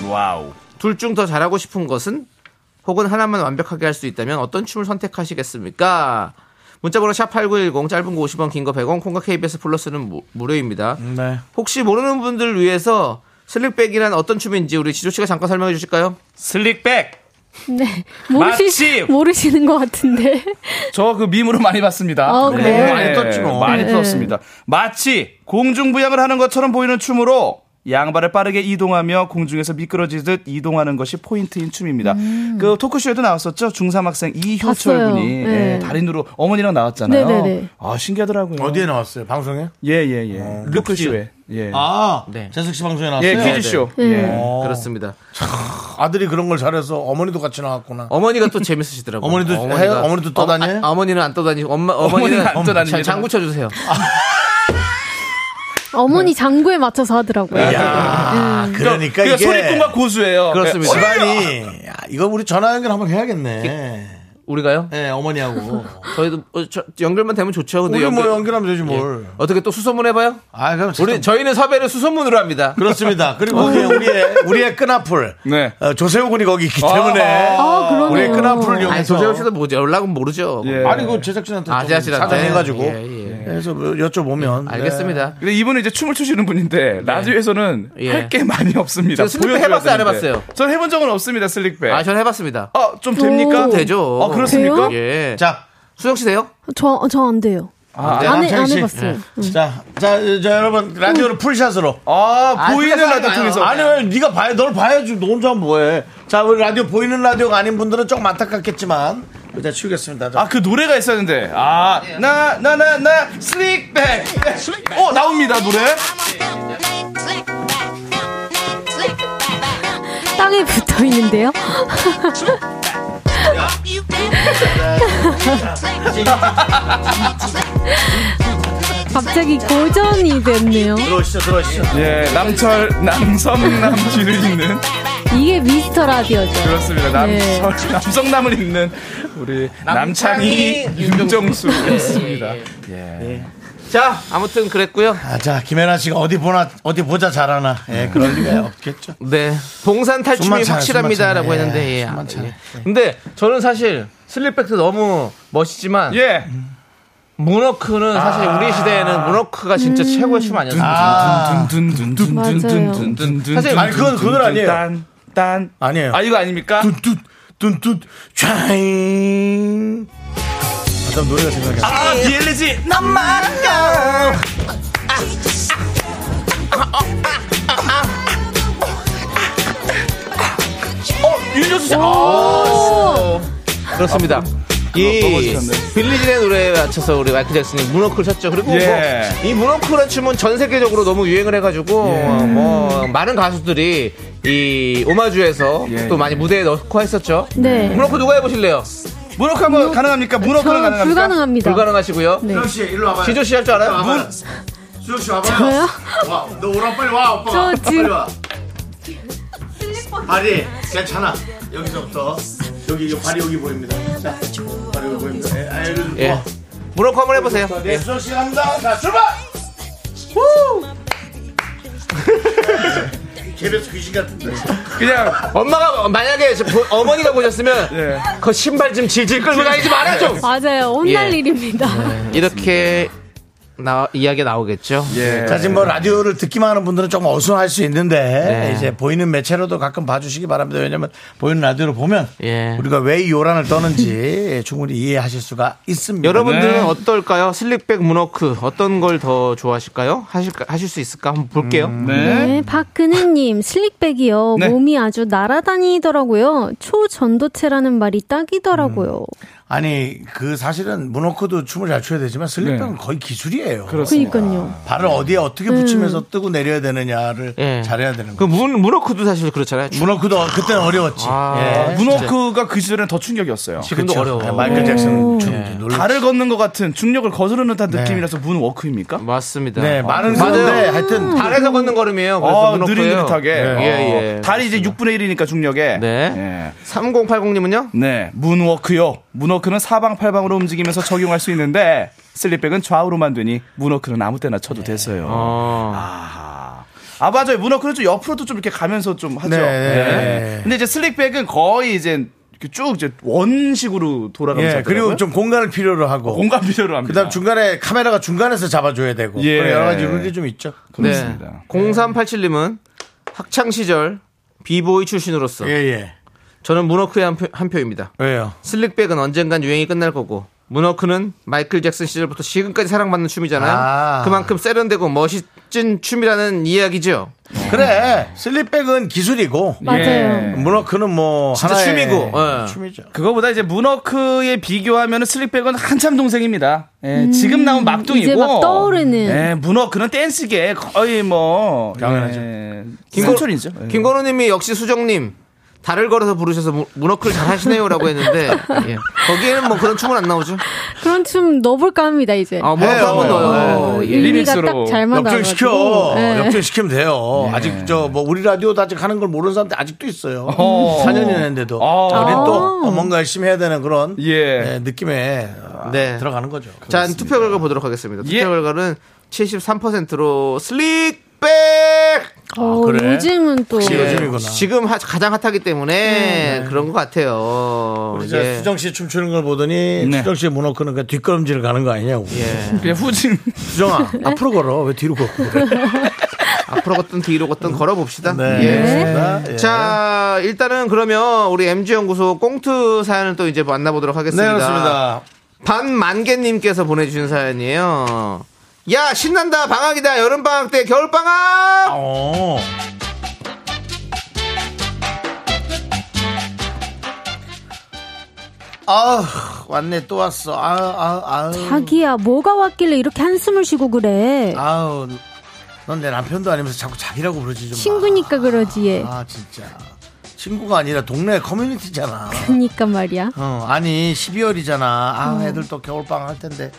J: 와우.
B: 둘 중 더 잘하고 싶은 것은 혹은 하나만 완벽하게 할 수 있다면 어떤 춤을 선택하시겠습니까? 문자번호 샵8910 짧은 거 50원 긴 거 100원 콩과 KBS 플러스는 무, 무료입니다.
A: 네.
B: 혹시 모르는 분들 위해서 슬릭백이란 어떤 춤인지 우리 지조 씨가 잠깐 설명해
J: 어.
B: 주실까요?
J: 슬릭백.
G: 네. [LAUGHS] 모르시,
J: 맛집!
G: 모르시는 것 같은데.
J: 저 그 밈으로 많이 봤습니다. 네.
G: 아, 그래요?
A: 많이 떴지 뭐.
J: 많이
G: 네.
J: 떴습니다. 마치 공중부양을 하는 것처럼 보이는 춤으로 양발을 빠르게 이동하며 공중에서 미끄러지듯 이동하는 것이 포인트인 춤입니다. 그 토크쇼에도 나왔었죠. 중3 학생 이효철
G: 음. 봤어요.
J: 군이
G: 네.
J: 예, 달인으로 어머니랑 나왔잖아요.
G: 네네네.
J: 아 신기하더라고요.
A: 어디에 나왔어요? 방송에?
J: 예예예. 그 토크쇼에. 예.
A: 아,
B: 네.
A: 재석 씨 방송에 나왔어요.
J: 예 퀴즈쇼.
G: 네.
J: 예.
A: 어,
B: 그렇습니다.
A: 아들이 그런 걸 잘해서 어머니도 같이 나왔구나.
B: 어머니가 또 재밌으시더라고요.
A: 어머니도 해요? 어머니도 떠다녀요?
B: 어, 아, 머니는안 떠다니고 엄마 어머니는
J: 어머니는 안 떠다닙니다.
B: 장구 쳐 주세요.
G: 어머니 장구에 맞춰서 하더라고요.
A: 야, 그러니까, 이게 네.
J: 소리꾼과 고수예요.
B: 그렇습니다.
A: 집안이 야, 이거 우리 전화 연결 한번 해야겠네.
B: 우리가요?
A: 네, 어머니하고.
B: 저희도 어, 저- 연결만 되면 좋죠. 근데
A: 우리 뭐
B: 연결-
A: 연결하면 되지
B: 예.
A: 뭘.
B: 어떻게 또 수소문 해봐요?
A: 아, 그럼
B: 우리
A: 진짜-
B: 저희는 섭외를 수소문으로
A: 어.
B: 합니다.
A: 그렇습니다. 그리고 그게 우리의 우리의 끈앞을
J: 네.
A: 어, 조세호군이 거기 있기
J: 아.
A: 때문에
G: 아, 그러네요.
A: 우리의 끈앞을
B: 아니
A: 이용해서
B: 조재호 씨도 뭐지 연락은 모르죠.
J: 예.
A: 아니 그 제작진한테
B: 아,
A: 좀
B: 제작진한테?
A: 네, 사과해가지고
B: 예, 예.
A: 그래서 뭐 여쭤보면
B: 네, 알겠습니다.
J: 근데 이분은 이제 춤을 추시는 분인데 라디오에서는
B: 예.
J: 할 게 많이 없습니다.
B: 저 슬릭백
J: 보여줘야
B: 해봤어요, 안
J: 되는데.
B: 해봤어요?
J: 전 해본 적은 없습니다. 슬릭백.
B: 아, 저는 해봤습니다.
A: 어.
J: 아, 좀 됩니까?
G: 오.
B: 되죠.
J: 아,
G: 돼요?
J: 그렇습니까?
B: 예.
A: 네. 자,
B: 수정 씨 돼요?
G: 저 저 안 돼요.
A: 이제
G: 안, 해,
A: 남창희
G: 안
A: 씨. 예.
G: 해봤어요. 음.
A: 자, 자, 자, 여러분 라디오를 풀샷으로.
J: 아,
B: 아,
J: 보이는
B: 그래서
J: 라디오
B: 아니에요.
J: 통해서.
A: 아니 왜 네가 봐야 널 봐야지 너 혼자 하면 뭐해? 자, 우리 라디오 보이는 라디오가 아닌 분들은 조금 안타깝겠지만 일단 치우겠습니다. 자,
J: 아, 그 노래가 있었는데. 아, 나, 나, 나, 나, 슬릭백. 슬릭백. 어, 나옵니다, 노래.
G: 땅에 붙어 있는데요. [LAUGHS] 갑자기 고전이 됐네요.
A: 들어오시죠, 들어오시죠.
J: 예, 남철, 남성, 남지를 잇는.
G: 이게 미스터 라디오죠.
J: 그렇습니다.
G: 네.
J: 남철, 남성남을 잇는 우리 남창희, 윤정수였습니다.
B: 자, 아무튼 그랬고요.
A: 아, 자, 김연아 씨가 어디 보나 어디 보자 잘하나. 예, 그럴 리가 없겠죠.
B: 네. 봉산 탈춤이
A: 숨만 차요,
B: 확실합니다라고
A: 숨만 차요.
B: 했는데
A: 예,
B: 예.
A: 숨만 차요.
B: 예. 근데 저는 사실 슬립백도 너무 멋있지만
J: 예.
B: 문워크는 사실 우리 시대에는 문워크가 진짜 최고의 춤 아니었습니까?
A: 아,
J: 둔둔둔둔둔둔둔둔둔둔.
B: 사실
A: 아니, 그건- 그건 아니에요.
J: 딴, 딴.
A: 아니에요.
J: 아, 이거 아닙니까?
A: 뚠뚠 뚠뚠 촤잉 어떤 노래가 생각이 나
J: 아, 디엘리지.
B: 그렇습니다.
J: 아, 뭐,
B: 이 빌리진의 노래에 맞춰서 우리 마이클 잭슨이 문워크를 쳤죠. 그리고
J: 예.
B: 뭐, 이 문워크라는 춤은 전 세계적으로 너무 유행을 해가지고 어, 뭐 많은 가수들이 이 오마주에서
J: 예,
B: 또 많이 무대에 넣고 했었죠.
G: 네.
B: 문워크 누가 해보실래요?
J: 문어크 한번 가능합니까? 문어크
G: 저는
J: 가능합니까?
G: 불가능합니다.
B: 불가능하시고요.
G: 네.
A: 수혁씨 일로 와봐요
B: 지조 씨 할 줄 알아요?
A: 와봐요. 수혁씨 와봐요
G: 저요?
A: [LAUGHS] 와너 오라 빨리 와 오빠가
G: 저 지금-
A: 빨리 와 발이 괜찮아 여기서부터 여기 이 발이 여기 보입니다 자 발이 여기 보입니다 예, 아, 여기 좀-
B: 예.
A: 와.
B: 문워크 한번 해보세요.
A: 네
B: 예.
A: 수혁씨 갑니다 자 출발 우 [LAUGHS] 개별수 귀신 같은데
B: 네.
J: 그냥
B: 엄마가 만약에 저 보- 어머니가 보셨으면
J: [LAUGHS] 예.
B: 그 신발 좀 질질 끌고 다니지 말아 좀.
G: 맞아요. 혼날
B: 예.
G: 일입니다.
B: 이렇게 나 이야기 가 나오겠죠.
J: 예.
A: 자, 지금 뭐 라디오를 듣기만 하는 분들은 조금 어수선할 수 있는데
B: 네.
A: 이제 보이는 매체로도 가끔 봐주시기 바랍니다. 왜냐면 보이는 라디오를 보면
B: 예.
A: 우리가 왜 이 요란을 떠는지 충분히 이해하실 수가 있습니다.
B: 여러분들은
J: 네.
B: 어떨까요? 슬릭백 문워크 어떤 걸 더 좋아하실까요? 하실까 하실 수 있을까 한번 볼게요.
J: 네.
G: 네, 박근혜님 슬릭백이요.
J: 네.
G: 몸이 아주 날아다니더라고요. 초전도체라는 말이 딱이더라고요.
A: 아니 그 사실은 문워크도 춤을 잘 춰야 되지만 슬립백은 거의 기술이에요.
G: 네. 그러니까요. 음.
A: 발을 어디에 어떻게 붙이면서 뜨고 내려야 되느냐를
B: 예.
A: 잘해야 되는 거예요.
B: 그 문 문워크도 사실 그렇잖아요. 주-
A: 문워크도 그때는 어려웠지.
B: 아,
A: 예.
J: 문어크가 그 시절엔 더 충격이었어요.
B: 지금도
A: 그쵸.
B: 그렇죠. 어려워. 예.
A: 예, 마이클
G: 음.
A: 잭슨 춤
J: 발을 걷는 것 같은 중력을 거스르는 듯한 느낌이라서 문 워크입니까?
H: 음.
B: 맞습니다. 어,
A: 네, 많은
B: 맞아요.
A: 사람들 하여튼
B: 발에서 걷는 걸음이에요. 그래서
J: 어,
B: 문워크예요.
J: 느릿느릿하게.
B: 예, 예.
J: 어, 다리 이제 6분의 1이니까 중력에.
B: 네.
J: 예.
B: 3080님은요?
J: 네. 문워크요. 문워크는 사방팔방으로 움직이면서 적용할 수 있는데 슬립백은 좌우로만 되니 문워크는 아무 때나 쳐도 됐어요.
B: 어.
J: 아 맞아요. 문어크는 좀 옆으로도 좀 이렇게 가면서 좀 하죠.
A: 네.
J: 네. 근데 이제 슬릭백은 거의 이제 이렇게 쭉 이제 원식으로 돌아가면서
A: 예, 그리고
J: 하더라고요.
A: 좀 공간을 필요로 하고
B: 어,
J: 공간 비료로 합니다.
A: 그다음 중간에 카메라가 중간에서 잡아줘야 되고
J: 예.
A: 그런 여러 가지 룰이 좀 있죠.
B: 네. 0387님은 학창 시절 비보이 출신으로서
A: 예예.
B: 저는 문워크의 한, 표, 한 표입니다.
A: 왜요?
B: 슬릭백은 언젠간 유행이 끝날 거고 문워크는 마이클 잭슨 시절부터 지금까지 사랑받는 춤이잖아요.
A: 아.
B: 그만큼 세련되고 멋진 춤이라는 이야기죠.
A: 그래 예, 슬립백은 기술이고
G: 맞아요.
A: 문워크는 뭐
B: 네. 진짜
A: 하나의 네,
B: 춤이고, 예.
A: 춤이죠.
J: 예. 음, 그거보다 이제 문어크에 비교하면 슬릭백은 한참 동생입니다. 예, 지금 나온 막둥이고.
G: 음, 이제 막 떠오르는.
J: 예, 문어크는 댄스계 거의 뭐.
A: 당연하죠.
J: 예, 김철이죠.
B: 네. 김건우님이 역시 수정님 달을 걸어서 부르셔서 무- 문어클 잘 하시네요라고 [LAUGHS] 했는데 예. 거기에는 뭐 그런 춤은 안 나오죠.
G: 그런 춤 넣어볼까 합니다 이제. 네,
B: 아 문어클
A: 해요.
B: 한번 넣어요. 예.
G: 의미가
J: 리믹스로.
G: 딱 잘 맞아가지고.
A: 역전시켜.
G: 네.
A: 역전시키면 돼요. 아직 저 뭐 우리 라디오도 아직 하는 걸 모르는 사람들 아직도 있어요.
J: 어.
A: 4년이 했는데도.
J: 어.
A: 우리 또
G: 아.
A: 어, 뭔가 열심히 해야 되는 그런
J: 예.
A: 네, 느낌에 어,
B: 네.
A: 들어가는 거죠.
B: 자, 투표 결과 보도록 하겠습니다. 투표
J: 예.
B: 결과는 73%로 슬릭백.
J: 예.
G: 어,
A: 아, 그래?
G: 요즘은 또
A: 예. 혹시 요즘이구나.
B: 지금 하- 가장 핫하기 때문에 그런 것 같아요.
A: 네, 우리 저
B: 예.
A: 수정 씨 춤추는 걸 보더니
J: 네.
A: 수정 씨의 문어 크는 그 뒷걸음질 가는 거 아니냐고.
B: 예.
J: 그냥 후진.
A: 수정아 앞으로 걸어 왜 뒤로 걷고 그래.
B: 앞으로 걷든 뒤로 걷든 걸어봅시다.
A: 네.
B: 예.
A: 그렇습니다. 예.
B: 자, 일단은 그러면 우리 MG연구소 꽁트 사연을 또 이제 만나보도록 하겠습니다.
A: 네 그렇습니다.
B: 반만개님께서 보내주신 사연이에요. 야, 신난다, 방학이다, 여름방학 때, 겨울방학!
A: 어. 아 왔네 또 왔어. 아아 아.
G: 자기야 뭐가 왔길래 이렇게 한숨을 쉬고 그래.
A: 아우 넌 내 남편도 아니면서 자꾸 자기라고 부르지 좀. 마.
G: 친구니까 그러지 얘.
A: 아 진짜 친구가 아니라 동네 커뮤니티잖아.
G: 그니까 그러니까 말이야.
A: 어, 아니 12월이잖아. 아
G: 음.
A: 애들 또 겨울방학 할 텐데.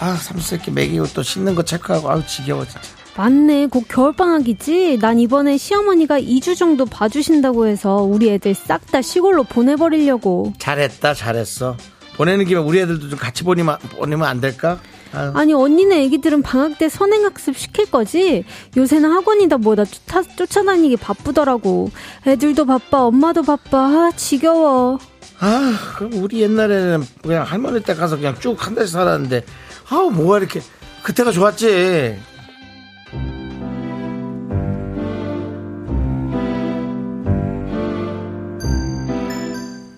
A: 아 삼수새끼 먹이고 또 씻는 거 체크하고 아우 지겨워 진짜.
G: 맞네. 곧 겨울방학이지. 난 이번에 시어머니가 2주 정도 봐주신다고 해서 우리 애들 싹 다 시골로 보내버리려고.
A: 잘했다 잘했어. 보내는 김에 우리 애들도 좀 같이 보내면 보내면 안 될까? 아유.
G: 아니 언니네 애기들은 방학 때 선행학습 시킬 거지? 요새는 학원이다 뭐다 쫓아, 쫓아다니기 바쁘더라고. 애들도 바빠 엄마도 바빠. 아 지겨워.
A: 아, 그럼 우리 옛날에는 그냥 할머니 댁 가서 그냥 쭉 한 달씩 살았는데, 아우, 뭐가 이렇게, 그때가 좋았지.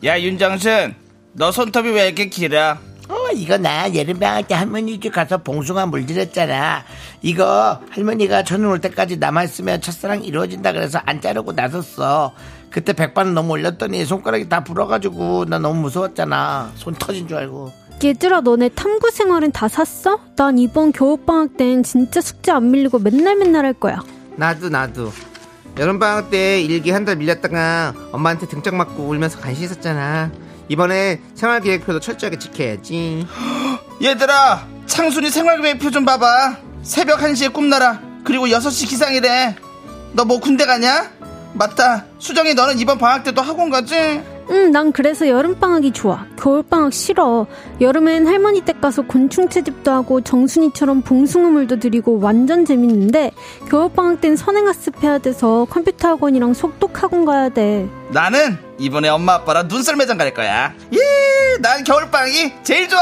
J: 야 윤정순, 너 손톱이 왜 이렇게 길어?
A: 어, 이거 나 여름방학 때 할머니 집 가서 봉숭아 물질했잖아. 이거 할머니가 저는 올 때까지 남아있으면 첫사랑 이루어진다 그래서 안 자르고 나섰어. 그때 백반을 너무 올렸더니 손가락이 다 불어가지고 나 너무 무서웠잖아. 손 터진 줄 알고.
G: 얘들아 너네 탐구 생활은 다 샀어? 난 이번 겨울방학 땐 진짜 숙제 안 밀리고 맨날 맨날 할 거야.
B: 나도 나도 여름방학 때 일기 한 달 밀렸다가 엄마한테 등짝 맞고 울면서 간신히 썼잖아 이번에 생활계획표도 철저하게 지켜야지
J: 얘들아, 창순이 생활계획표 좀 봐봐. 새벽 1시에 꿈나라. 그리고 6시 기상이래. 너 뭐 군대 가냐? 맞다. 수정이 너는 이번 방학 때도 학원 가지?
G: 응, 난 그래서 여름방학이 좋아. 겨울방학 싫어. 여름엔 할머니 댁 가서 곤충 채집도 하고 정순이처럼 봉숭아물도 드리고 완전 재밌는데 겨울방학 땐 선행학습해야 돼서 컴퓨터 학원이랑 속독학원 가야 돼.
J: 나는 이번에 엄마 아빠랑 눈썰 매장 갈 거야. 예, 난 겨울방학이 제일 좋아.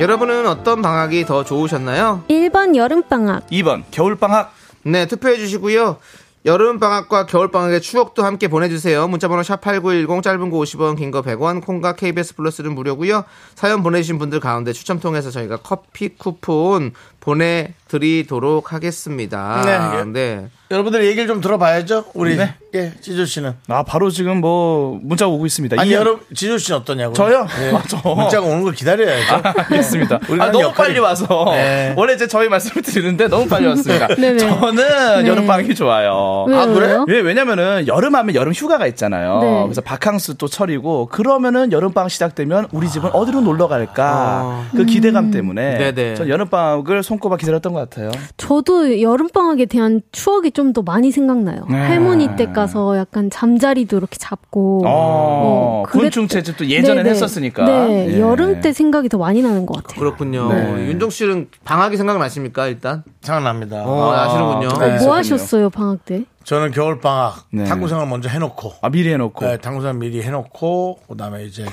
B: 여러분은 어떤 방학이 더 좋으셨나요?
G: 1번 여름방학.
J: 2번 겨울방학.
B: 네 투표해 주시고요 여름방학과 겨울방학의 추억도 함께 보내주세요 문자번호 샵8910 짧은 거 50원 긴 거 100원 콩과 KBS 플러스는 무료고요 사연 보내주신 분들 가운데 추첨 통해서 저희가 커피 쿠폰 보내드리도록 하겠습니다
A: 네.
B: 네.
A: 여러분들 얘기를 좀 들어봐야죠. 우리, 예, 지조 씨는.
J: 아, 바로 지금 뭐 문자 오고 있습니다. 네.
A: 아니 여러분 지조 씨는 어떠냐고요?
J: [LAUGHS] 저요?
A: [LAUGHS] 예.
J: 맞아.
A: 문자가 오는 걸 기다려야죠.
J: 알겠습니다.
A: 우리가
J: 아, 너무
A: 하는 역할이-
J: 빨리 와서
A: 네.
J: 원래 이제 저희 말씀을 드리는데 너무 빨리 왔습니다.
G: [LAUGHS] 네네.
J: 저는
G: 네.
J: 여름방학이 좋아요.
G: 왜요? 아, 그래요?
J: 왜 왜냐면은 여름하면 여름 휴가가 있잖아요.
G: 네.
J: 그래서 바캉스 또 철이고 그러면은 여름방학 시작되면 우리 집은 어디로 놀러 갈까 그
G: 음.
J: 기대감 때문에
B: 네네.
J: 전 여름방학을 손꼽아 기다렸던 것 같아요.
G: 저도 여름방학에 대한 추억이 좀 더 많이 생각나요. 할머니 댁 가서 약간 잠자리도 이렇게 잡고.
J: 어, 곤충
G: 뭐, 그랬-
J: 채집도 예전엔
G: 네네.
J: 했었으니까.
G: 네,
J: 예.
G: 여름 때 생각이 더 많이 나는 것 같아요.
B: 그렇군요.
A: 네.
B: 윤종 씨는 방학이 생각나십니까 일단?
A: 생각납니다.
B: 어, 아, 시는군요
G: 뭐 하셨어요 방학 때?
A: 저는 겨울 방학
J: 네.
A: 탐구생활 먼저 해놓고,
J: 아 미리 해놓고
A: 네, 탐구생활 미리 해놓고 그다음에 이제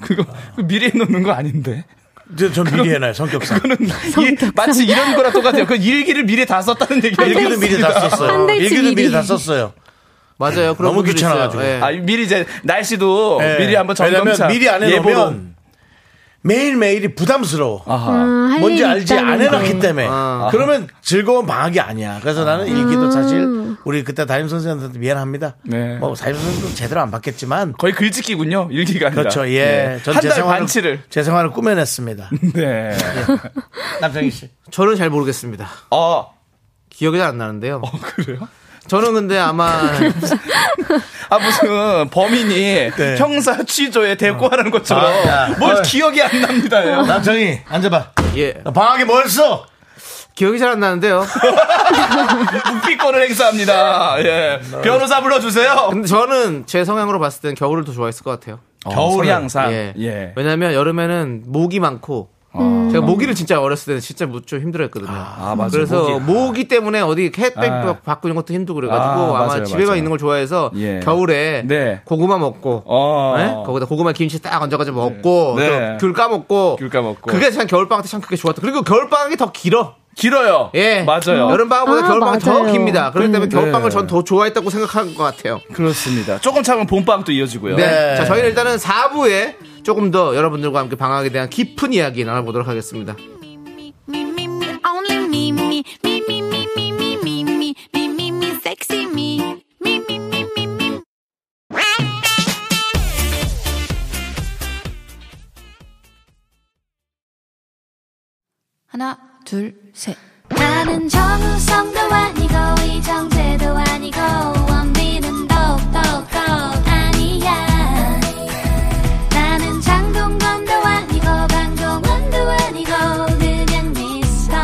J: 그거 그거 미리 해놓는 거 아닌데.
A: 이제 전 미리 해놔요 성격상.
J: 이- 마치 이런 거랑 똑같아요. 그 일기를 미리 다 썼다는
A: [LAUGHS]
J: 얘기예요.
A: 일기도 미리 다 썼어요.
G: 한 달치
A: 일기도 미리
G: 미리.
A: 다 썼어요.
B: 맞아요. 그런
A: 너무
B: 분들이
A: 귀찮아가지고.
B: 있어요. 예.
J: 아, 미리 이제 날씨도
A: 네.
J: 어, 미리 한번
A: 왜냐면
J: 점검차
A: 미리 안
J: 예보로.
A: 해놓으면 매일 매일이 부담스러워.
G: 아, 할
A: 뭔지
G: 일이
A: 알지
G: 있다는
A: 안 해놨기
G: 거.
A: 때문에 그러면 즐거운 방학이 아니야. 그래서 나는 일기도 사실 우리 그때 담임 선생님한테 미안합니다.
J: 네.
A: 뭐 담임 선생님도 제대로 안 받겠지만
J: 거의 글짓기군요. 일기가 아니라.
A: 그렇죠. 예. 전
J: 한달
A: 제 생활을- [LAUGHS]
J: 반치를.
A: 제 생활을 꾸며냈습니다.
J: 네.
A: 남창희 씨.
B: 저는 잘 모르겠습니다.
J: 어.
B: 기억이 잘 안 나는데요.
J: 어, 그래요?
B: 저는
A: [LAUGHS]
B: 근데 아마
J: 아 무슨 범인이
A: 네.
J: 형사 취조에 대꾸하는 것처럼
A: 아, 야.
J: 뭘
A: 어이.
J: 기억이 안 납니다요.
A: 남창이 앉아봐.
B: 예
A: 방학에 뭘 써?
B: 기억이 잘 안 나는데요.
J: 묵비권을 행사합니다. 예. 변호사 불러주세요.
B: 근데 저는 제 성향으로 봤을 때는 겨울을 더 좋아했을 것 같아요.
J: 겨울 양상.
B: 예.
J: 어, 예.
B: 왜냐하면 여름에는 모기 많고 제가 모기를 진짜 어렸을 때는 진짜 뭐 좀 힘들어했거든요.
J: 아, 맞아요.
B: 그래서
J: 모기.
B: 모기 때문에 어디 햇볕
J: 아.
B: 바꾸는 것도 힘들고 그래가지고
J: 아,
B: 아, 마
J: 맞아요,
B: 집에가
J: 맞아요.
B: 있는 걸 좋아해서
J: 예.
B: 겨울에
J: 네.
B: 고구마 먹고
J: 어.
B: 네? 거기다 고구마 김치 딱 얹어가지고 먹고
J: 네.
B: 또 귤 까먹고
J: 귤 까먹고.
B: 그게 참 겨울방학 때 참 그게 좋았다. 그리고 겨울방학이 더 길어.
J: 길어요.
B: 예.
J: 맞아요.
B: 여름방학보다
G: 아,
B: 겨울방학이 더
G: 맞아요.
B: 깁니다. 그렇기 때문에
J: 음.
B: 겨울방학을
J: 네.
B: 전 더 좋아했다고 생각한 것 같아요.
J: 그렇습니다. 조금 참으면 봄방도 이어지고요.
B: 네. 자, 저희는 일단은 4부에 조금 더 여러분들과 함께 방학에 대한 깊은 이야기 나눠보도록 하겠습니다.
F: Me, me, me, only me, me, me, me, me, me, me, me, me, me, me, me, sexy me. Me, me, me, me, me.
K: 하나, 둘, 셋.
F: 나는 정우성도 아니고 이정재도 아니고 원빈은 더욱더 아니야 나는 장동건도 아니고 강동원도 아니고 그냥 미스터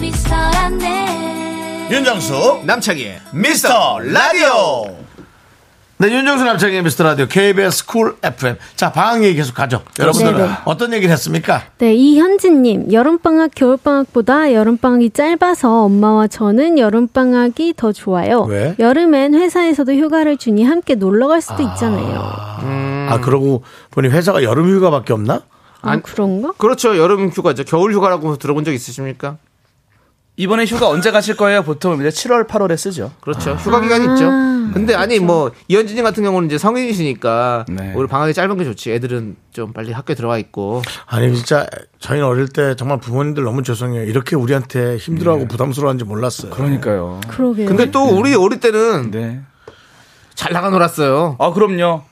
F: 미스터란데
A: [LAUGHS]
G: 예.
A: 윤정수
B: 남창희의
A: 미스터 라디오. 네, 윤정수 남창의 미스터 라디오 KBS 쿨 FM. 자, 방학 얘기 계속 가죠. 여러분들
G: 네, 네.
A: 어떤 얘기를 했습니까?
G: 네, 이현진님, 여름방학, 겨울방학보다 여름방학이 짧아서 엄마와 저는 여름방학이 더 좋아요.
A: 왜?
G: 여름엔 회사에서도 휴가를 주니 함께 놀러 갈 수도 있잖아요. 아,
A: 아, 그러고 보니 회사가 여름 휴가밖에 없나?
B: 안-
G: 그런가?
B: 그렇죠. 여름 휴가죠. 겨울 휴가라고 들어본 적 있으십니까?
J: 이번에 휴가 언제 가실 거예요? 보통 이제 7월, 8월에 쓰죠.
B: 그렇죠. 휴가 기간 이 있죠. 근데 아니 뭐 이현진님 같은 경우는 이제 성인이시니까
J: 네.
B: 우리 방학이 짧은 게 좋지. 애들은 좀 빨리 학교에 들어와 있고.
A: 아니, 진짜 저희는 어릴 때 정말 부모님들 너무 죄송해요. 이렇게 우리한테 힘들어하고 부담스러워하는지 몰랐어요.
J: 네. 그러니까요.
G: 그러게요.
B: 근데 또 우리 어릴 때는
J: 네.
B: 잘 나가 놀았어요.
J: 아 그럼요.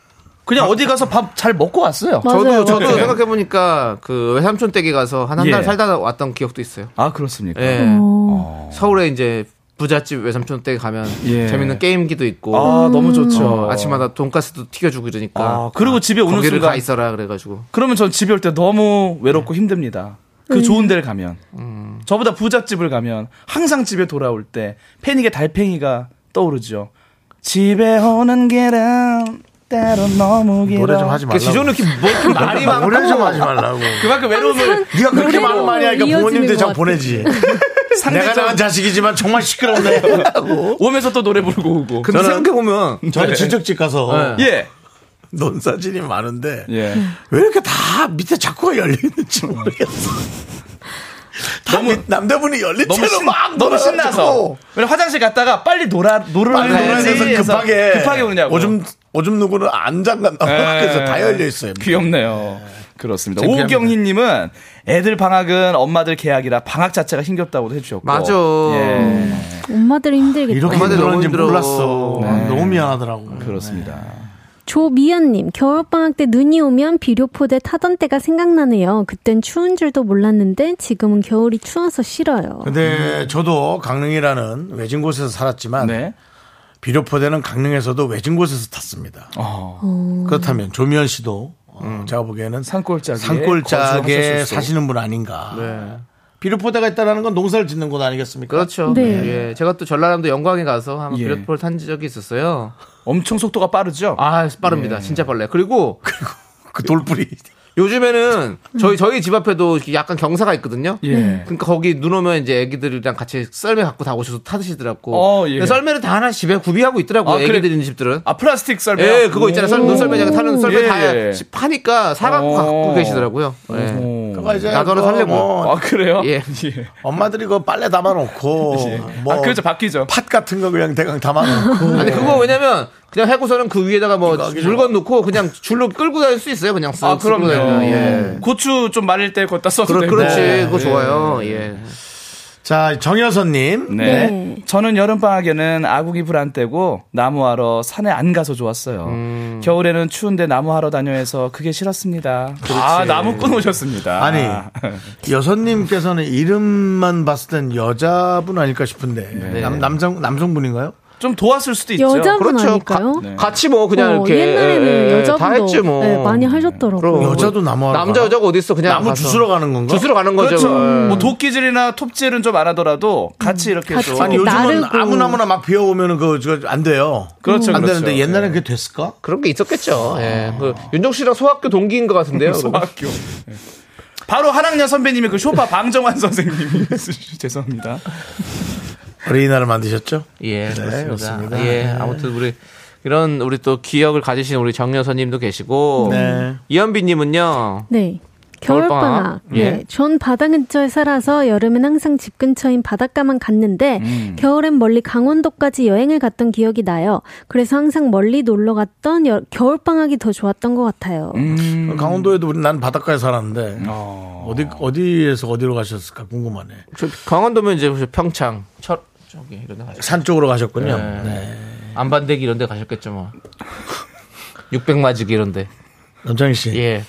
J: 그냥 어디 가서 밥 잘 먹고 왔어요.
B: 저도
G: 맞아요.
B: 저도
J: 네.
B: 생각해 보니까 그 외삼촌 댁에 가서 한 한 달
J: 예.
B: 살다 왔던 기억도 있어요.
J: 아 그렇습니까?
B: 예.
G: 오.
B: 서울에 이제 부잣집 외삼촌 댁에 가면
J: 예.
B: 재밌는 게임기도 있고
J: 아 너무 좋죠.
B: 어, 아침마다 돈가스도 튀겨주고 이러니까. 어,
J: 아, 그리고 집에 오는
B: 거기를
J: 순간-
B: 가 있어라 그래가지고.
J: 그러면 전 집에 올 때 너무 외롭고 힘듭니다. 그 좋은 데를 가면 저보다 부잣집을 가면 항상 집에 돌아올 때 패닉의 달팽이가 떠오르죠. 집에 오는 길은 때로 너무 길어. 그
A: 노래 좀 하지 말라고.
B: 지존 이렇게 뭐 이렇게
A: 그러니까
B: 말이 많고
A: 노래 좀 하지 말라고.
J: 그만큼 외로움을
A: 네가 그렇게
G: 노래로
A: 말을 많이 하니까
G: 이어지는
A: 부모님들
G: 것
A: 참
G: 같아.
A: 보내지. 내가
J: 상대적
A: 낳은 자식이지만 정말 시끄럽네.
J: 오면서 뭐- 또 노래 부르고 오고.
B: 근데 생각해 보면
A: [LAUGHS]
J: 네.
A: 저는 친척집 가서
J: 예.
A: 논 사진이 많은데
J: 예.
A: 왜 이렇게 다 밑에 자꾸가 열려 있는지 모르겠어. 너무 남대문이 열린
J: 너무
A: 채로
J: 신,
A: 막
J: 너무
A: 놀아가지고.
J: 신나서. 왜냐면 화장실 갔다가 빨리 놀아 놀으러
A: 빨리
J: 가야지
A: 놀아내서
J: 해서
A: 급하게
J: 네. 급하게 오냐고.
A: 오줌 오줌 누구는 안 잠간다.
J: 예.
A: 그래서 다 열려 있어요.
J: 귀엽네요. 예. 그렇습니다.
A: 창피합니다.
J: 오경희님은 애들 방학은 엄마들 계약이라 방학 자체가 힘겹다고도 해주셨고.
B: 맞아.
J: 예.
G: 엄마들이 힘들겠다.
A: 이렇게
B: 엄마들 너무
A: 힘들었는지
B: 힘들어.
A: 몰랐어. 예. 네. 너무 미안하더라고.
J: 그렇습니다.
G: 조미연님, 겨울방학 때 눈이 오면 비료포대 타던 때가 생각나네요. 그땐 추운 줄도 몰랐는데 지금은 겨울이 추워서
A: 네.
G: 싫어요.
A: 근데 저도 강릉이라는 외진 곳에서 살았지만
J: 네.
A: 비료포대는 강릉에서도 외진 곳에서 탔습니다. 그렇다면 조미연 씨도 어, 제가 보기에는
J: 어. 음. 산골짜기에
A: 산골짜기에
J: 거주하셨을 수도. 네.
A: 사시는 분 아닌가. 비료포대가 있다라는 건 농사를 짓는 곳 아니겠습니까?
B: 그렇죠.
G: 네.
B: 예, 제가 또 전라남도 영광에 가서 한번
J: 예.
B: 비료포를 탄 적이 있었어요.
J: 엄청 속도가 빠르죠?
B: 아
A: 예.
B: 빠릅니다. 진짜 빨라요. 그리고
A: 그 돌뿌리.
J: 음.
B: 요즘에는 저희 저희 집 앞에도 이렇게 약간 경사가 있거든요.
J: 예.
B: 그러니까 거기 눈 오면 이제 애기들이랑 같이 썰매 갖고 다 오셔서 타드시더라고.
J: 어, 예.
B: 근데 썰매를 다 하나 집에 구비하고 있더라고.
J: 아,
B: 요
J: 그래.
B: 애기들 있는 집들은.
J: 아, 플라스틱 썰매.
B: 예, 그거 있잖아요. 썰, 눈썰매 제가 타는 썰매
J: 예,
B: 다
J: 예.
B: 파니까 사갖고
J: 오.
B: 갖고 계시더라고요. 예.
A: 그거 이제
B: 나도 하나
A: 그거
B: 살려고.
A: 뭐
J: 아, 그래요?
B: 예.
A: 엄마들이 그 빨래
J: [LAUGHS]
A: 담아놓고 뭐
J: 아, 그렇죠. 바뀌죠.
A: 팥 같은 거 그냥 대강
J: [LAUGHS]
A: 담아놓고.
B: 아니 그거 왜냐면 그냥 해고서는 그 위에다가 뭐 물건 놓고 그냥 줄로 끌고 다닐 수 있어요. 그냥 쓱
J: 아,
B: 끌고
J: 그럼요.
B: 다니면. 예.
J: 고추 좀 마릴 때 걷다 써도
B: 그렇,
J: 되고.
B: 그렇지.
J: 네.
B: 그거 좋아요. 예.
A: 자 정여선님.
J: 네.
G: 네.
J: 저는 여름방학에는 아궁이 불안 떼고 나무하러 산에 안 가서 좋았어요. 겨울에는 추운데 나무 하러 다녀해서 그게 싫었습니다. 음. 아 나무 끊으셨습니다.
A: 아니 여선님께서는 이름만 봤을 땐 여자분 아닐까 싶은데 남, 남성 남성분인가요?
J: 좀 도왔을 수도 있죠.
G: 여자분
B: 네. 그렇죠.
G: 아닐까요?
B: 가- 같이 뭐 그냥
G: 어,
B: 이렇게
G: 옛날에는
B: 예, 예,
G: 여자분도
B: 다 했지 뭐.
G: 네, 많이 하셨더라고요.
B: 그럼. 뭐
A: 여자도 나무 하러
B: 남자
A: 가나?
B: 여자가 어디 있어? 그냥
A: 나무
B: 가서.
A: 주스러 가는 건가?
B: 주스러 가는 거죠.
J: 그렇죠.
B: 예.
J: 뭐 도끼질이나 톱질은 좀 안 하더라도 같이 이렇게
G: 같이.
J: 좀
A: 아니 요즘은
G: 나르고.
A: 아무나무나 막 비어오면은 그안 돼요.
J: 그렇죠,
A: 안
J: 그렇죠.
A: 되는데
J: 예.
A: 옛날엔
B: 네.
A: 그게 됐을까?
B: 그런 게 있었겠죠. 예. 그 윤종 씨랑 소학교 동기인 것
J: [LAUGHS]
B: 같은데요.
J: 소학교. 예. 바로 한학년 선배님이 그 쇼파 방정환 [LAUGHS] 선생님이 죄송합니다.
A: 어린이날을 만드셨죠?
B: 예,
A: 네,
B: 그렇습니다.
A: 그렇습니다.
B: 예, 아무튼 우리 이런 우리 또 기억을 가지신 우리 정여사님도 계시고
A: 네.
B: 이현빈님은요.
G: 네.
B: 겨울방학.
G: 겨울방학.
B: 예.
G: 네. 전 바다 근처에 살아서 여름엔 항상 집 근처인 바닷가만 갔는데 겨울엔 멀리 강원도까지 여행을 갔던 기억이 나요. 그래서 항상 멀리 놀러 갔던 여- 겨울방학이 더 좋았던 것 같아요. 음.
A: 강원도에도 우리- 난 바닷가에 살았는데 어... 디 어디에서 어디로 가셨을까 궁금하네.
B: 저 강원도면 이제 혹시 평창, 철 저기 이런 데 가셨.
A: 산 쪽으로 가셨군요. 네.
B: 안반대기 이런 데 가셨겠죠 뭐. [LAUGHS] 600마지기 이런데.
A: 남창희 씨
B: 예.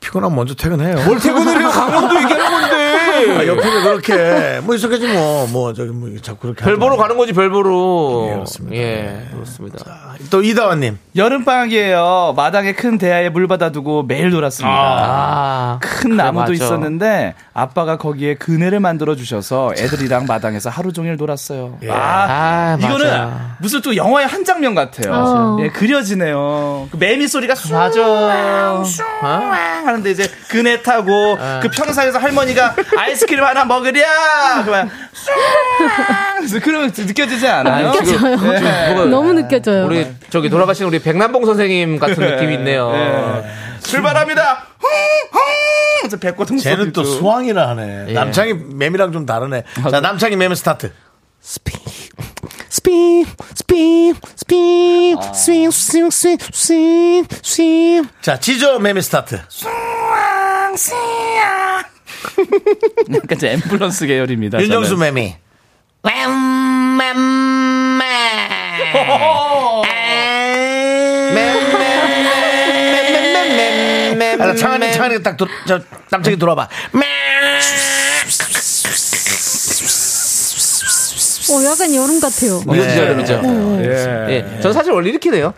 A: 피곤하면 먼저 퇴근해요.
B: 퇴근을 해요.
A: [LAUGHS]
B: 강원도 얘기하는 건데.
A: 아, 옆에 그렇게 뭐 있었겠지 뭐 뭐 저기 뭐 자꾸 그렇게
B: 별 보러
A: 하지
B: 가는 거지 별 보러.
A: 예, 그렇습니다.
B: 예, 그렇습니다.
A: 마. 또 이다원님
J: 여름방학이에요. 마당에 큰 대야에 물 받아두고 매일 놀았습니다.
B: 아,
J: 큰
B: 그래, 맞아.
J: 나무도 있었는데 아빠가 거기에 그네를 만들어 주셔서 애들이랑 마당에서 하루 종일 놀았어요. 아,
B: 아, 맞아.
J: 이거는 무슨 또 영화의 한 장면 같아요.
G: 맞아요.
J: 예, 그려지네요. 그 매미 소리가 쏴 어?
B: 맞아.
J: 하는데 이제 그네 타고 그 평상에서 할머니가 아이스크림 하나 먹으랴. 그만 쏴. 그러면 느껴지지 않아요?
B: 느껴져요.
J: 예.
G: 너무 느껴져요.
B: 우리 저기 돌아가신 우리 백남봉 선생님 같은 느낌이 [LAUGHS] 있네요.
J: 출발합니다. 흥! 흥! 그래서 백고동
A: 쟤는 또
J: 소리도.
A: 수왕이라 하네.
B: 예.
A: 남창희 매미랑 좀 다르네. 자 남창희 매미 스타트.
B: 스피 스피 스피 스피 스윙 스윙 스윙 스윙 스윙
A: 아. 자 지저 매미 스타트.
J: 약간 이제 앰뷸런스 계열입니다.
A: 윤정수 매미. 아, 창한이 창한이 딱 돌- 저, 남창희 돌아봐.
G: 어, 약간 여름 같아요.
J: 네.
B: 이거죠 이거죠.
J: 예.
B: 예, 저는 사실 원래 이렇게 돼요.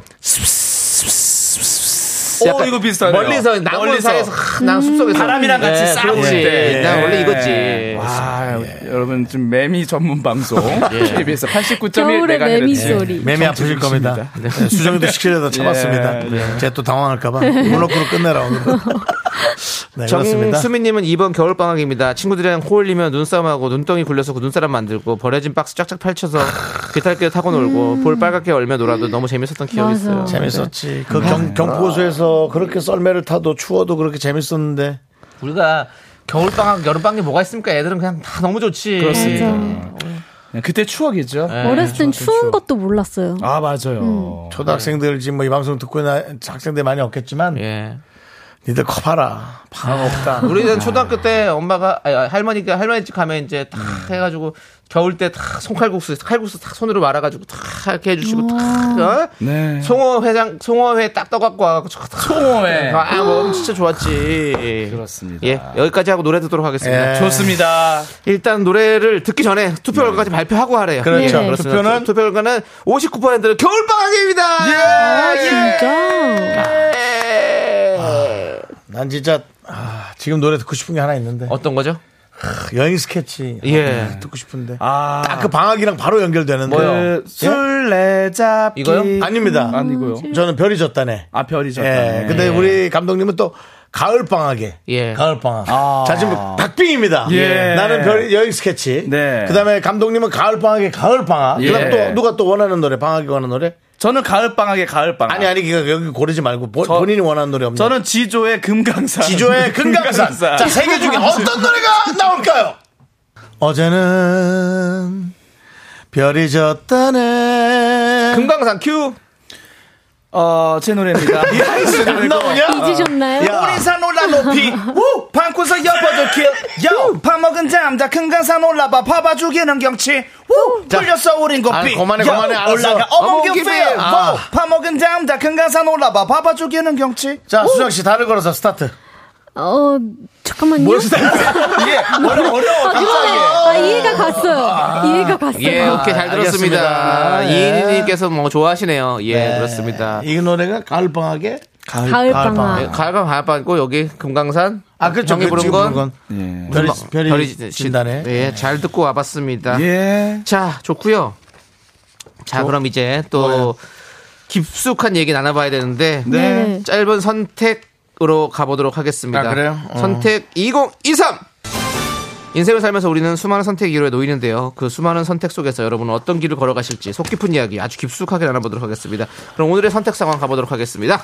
J: 오, 이거 비슷하네요.
B: 멀리서 나무 사이에서 하, 난 숲속에서
J: 어,
B: 예,
J: 바람이랑 같이 싹
B: 그렇지.
J: 불 때.
B: 음. 난 원래
J: 예.
B: 이거지.
J: 와, 여러분 지금 매미 전문 [LAUGHS] 방송 KBS 89.1
G: 겨울의 매미
J: 메가헤르츠.
G: 소리.
A: 매미 아프실 겁니다. 네, 수정이도 시키려다 참았습니다.
J: 예,
A: 제가 또 당황할까봐 모노크로 끝내라 [LAUGHS] 오늘. 네, 그렇습니다.
B: 정수민님은 이번 겨울방학입니다. 친구들이랑 코 올리면 눈싸움하고 눈덩이 굴려서 그 눈사람 만들고 버려진 박스 쫙쫙 펼쳐서 비탈길 타고 놀고 볼 빨갛게 얼며 놀아도 너무 재밌었던 기억이
G: 맞아.
B: 있어요.
A: 재밌었지. 그 경, 경포소에서 그렇게 썰매를 타도 추워도 그렇게 재밌었는데.
B: 우리가 겨울방학, 여름방학에 뭐가 있습니까? 애들은 그냥 다 너무 좋지. 음.
A: 음.
J: 그렇습니다. 네, 그때 추억이죠.
G: 어렸을 땐 추운 것도 몰랐어요.
J: 아
A: 어,
J: 맞아요.
A: 초등학생들 지금 뭐 이 방송 듣고 있는 학생들 많이 없겠지만
B: 예.
A: 니들 커봐라. 방학 없다.
B: 아, 우리는 초등학교 때 엄마가 아니, 아니, 할머니가 할머니 집 가면 이제 다
A: 음.
B: 해가지고 겨울 때 다 손칼국수 칼국수 다 손으로 말아가지고 다 이렇게 해주시고
A: 아.
B: 다 어?
J: 네.
B: 송어 회장 송어회 딱 떠갖고 와갖고 송어회
J: 네.
B: 아뭐 진짜 좋았지
J: 그렇습니다.
B: 예 여기까지 하고 노래 듣도록 하겠습니다
A: 예.
J: 좋습니다.
B: 일단 노래를 듣기 전에 투표
J: 네.
B: 결과까지 발표하고 하래요
A: 그렇죠.
G: 네.
B: 그렇습니다.
A: 투표는?
B: 투표 결과는 59%는 겨울방학입니다 예,
G: 진짜?
A: 난 진짜 아, 지금 노래 듣고 싶은 게 하나 있는데 아,
B: 어떤 거죠
A: 여행 스케치 어, 네,
B: 예.
A: 듣고 싶은데
J: 아,
A: 딱 그 방학이랑 바로 연결되는데 예?
J: 그 술래잡기
B: 이거요?
A: 아닙니다.
J: 아니고요.
G: 음.
A: 저는 별이 졌다네.
J: 아 별이 졌다.
A: 예. 근데 우리 감독님은 또 가을 방학에
B: 예.
A: 가을 방학.
J: 아.
A: 자 지금 박빙입니다.
J: 예.
A: 나는 별 여행 스케치.
J: 네.
A: 그다음에 감독님은 가을 방학에 가을 방학.
J: 예.
A: 그다음 또 누가 또 원하는 노래 방학이 원하는 노래?
J: 저는 가을 방학에 가을 방학.
A: 아니 아니 그거 여기 고르지 말고 본-
J: 저-
A: 본인이 원하는 노래 없나?
J: 저는 지조의 금강산.
A: 지조의 [LAUGHS] 금강산.
J: [LAUGHS]
A: 자, 세 개 중에 어떤 노래가 나올까요? 어제는 별이 졌다네.
B: 금강산 큐
J: 어, 제 [LAUGHS] 노래입니다.
A: 안 나오냐?
G: 잊으셨나요?
A: 야.
J: 오리산 올라 높이 우 방구석 엿버도 킬 요! 밥 먹은 잠자 금강산 올라봐 봐봐 죽이는 경치 우 돌렸어 우린 고삐
A: 아, 그만해, 그만해, 알았어.
J: 올라가
A: 어묵
J: 어묵이
A: 김에.
J: 빼
A: 아.
J: 파먹은 다음 다 큰 강산 올라봐 봐봐 저기는 경치
A: 자, 수정 씨 다를 걸어서 스타트.
G: 어, 잠깐만요.
J: 이게 어려, 어려워
G: 아, 그러네. 아, 이해가 갔어요. 이해가 갔어요. 아,
B: 예, 오케이, 잘
A: 알겠습니다.
B: 들었습니다.
A: 아, 예.
B: 이인희님께서 뭐 좋아하시네요. 예, 그렇습니다. 예,
A: 이 노래가 가을방학에
B: 아,
G: 가을방학.
A: 가을방학.
B: 가을밤 가을밤고 여기 금강산
A: 아, 그렇죠.
B: 형이 부른 건,
A: 별이,
B: 뭐,
A: 예. 별이,
B: 진-
A: 네. 진단에. 네.
B: 예, 잘 듣고 와봤습니다.
J: 예
B: 자, 좋고요. 자, 그럼 이제 또 깊숙한 얘기 나눠봐야 되는데
G: 네네.
B: 짧은 선택으로 가보도록 하겠습니다.
A: 아, 그래요? 어.
B: 선택 2023. 인생을 살면서 우리는 수많은 선택 이후에 놓이는데요. 그 수많은 선택 속에서 여러분은 어떤 길을 걸어가실지 속 깊은 이야기 아주 깊숙하게 나눠보도록 하겠습니다. 그럼 오늘의 선택 상황 가보도록 하겠습니다.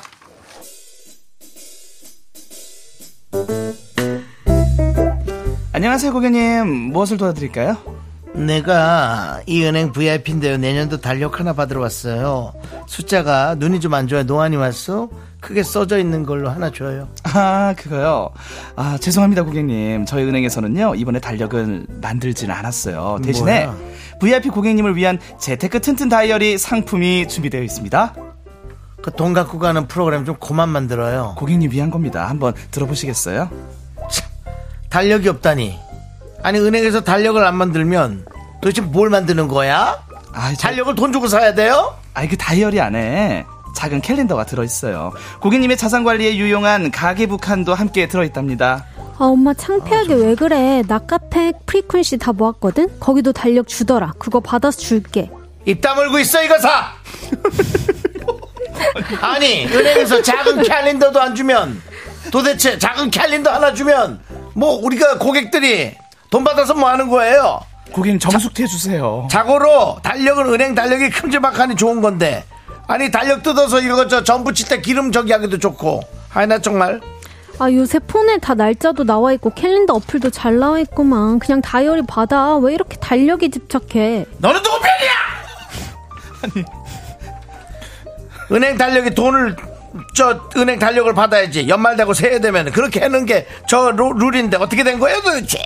J: 안녕하세요 고객님 무엇을 도와드릴까요?
A: 내가 이 은행 VIP인데요. 내년도 달력 하나 받으러 왔어요. 숫자가 눈이 좀 안 좋아요. 노안이 왔어? 크게 써져 있는 걸로 하나 줘요.
J: 아 그거요 아 죄송합니다 고객님 저희 은행에서는요 이번에 달력은 만들진 않았어요 대신에
A: 뭐야?
J: VIP 고객님을 위한 재테크 튼튼 다이어리 상품이 준비되어 있습니다
A: 그 돈 갖고 가는 프로그램 좀 그만 만들어요.
J: 고객님 위한 겁니다 한번 들어보시겠어요?
A: 달력이 없다니. 아니 은행에서 달력을 안 만들면 도대체 뭘 만드는 거야?
J: 아 저-
A: 달력을 돈 주고 사야 돼요?
J: 아이 그 다이어리 안에 작은 캘린더가 들어있어요. 고객님의 자산 관리에 유용한 가계 북한도 함께 들어있답니다.
G: 아, 엄마 창피하게 왜 그래. 나 카페 프리퀀시 다 모았거든? 거기도 달력 주더라. 그거 받아서 줄게.
A: 입 다물고 있어 이거 사. 아니 은행에서 작은 캘린더도 안 주면 도대체 작은 캘린더 하나 주면 뭐 우리가 고객들이 돈 받아서 뭐 하는 거예요?
J: 고객님 정숙해 주세요.
A: 자고로 달력은 은행 달력이 큼지막하니 좋은 건데 아니 달력 뜯어서 이거 저 전부 칠 때 기름 저기 하기도 좋고 아니 나 정말
G: 아, 요새 폰에 다 날짜도 나와 있고 캘린더 어플도 잘 나와 있구만. 그냥 다이어리 받아. 왜 이렇게 달력에 집착해?
A: 너는 누구 편이야? 은행 달력이 돈을 저 은행 달력을 받아야지 연말 되고 새해 되면 그렇게 하는 게 저 룰인데 어떻게 된 거예요 도대체?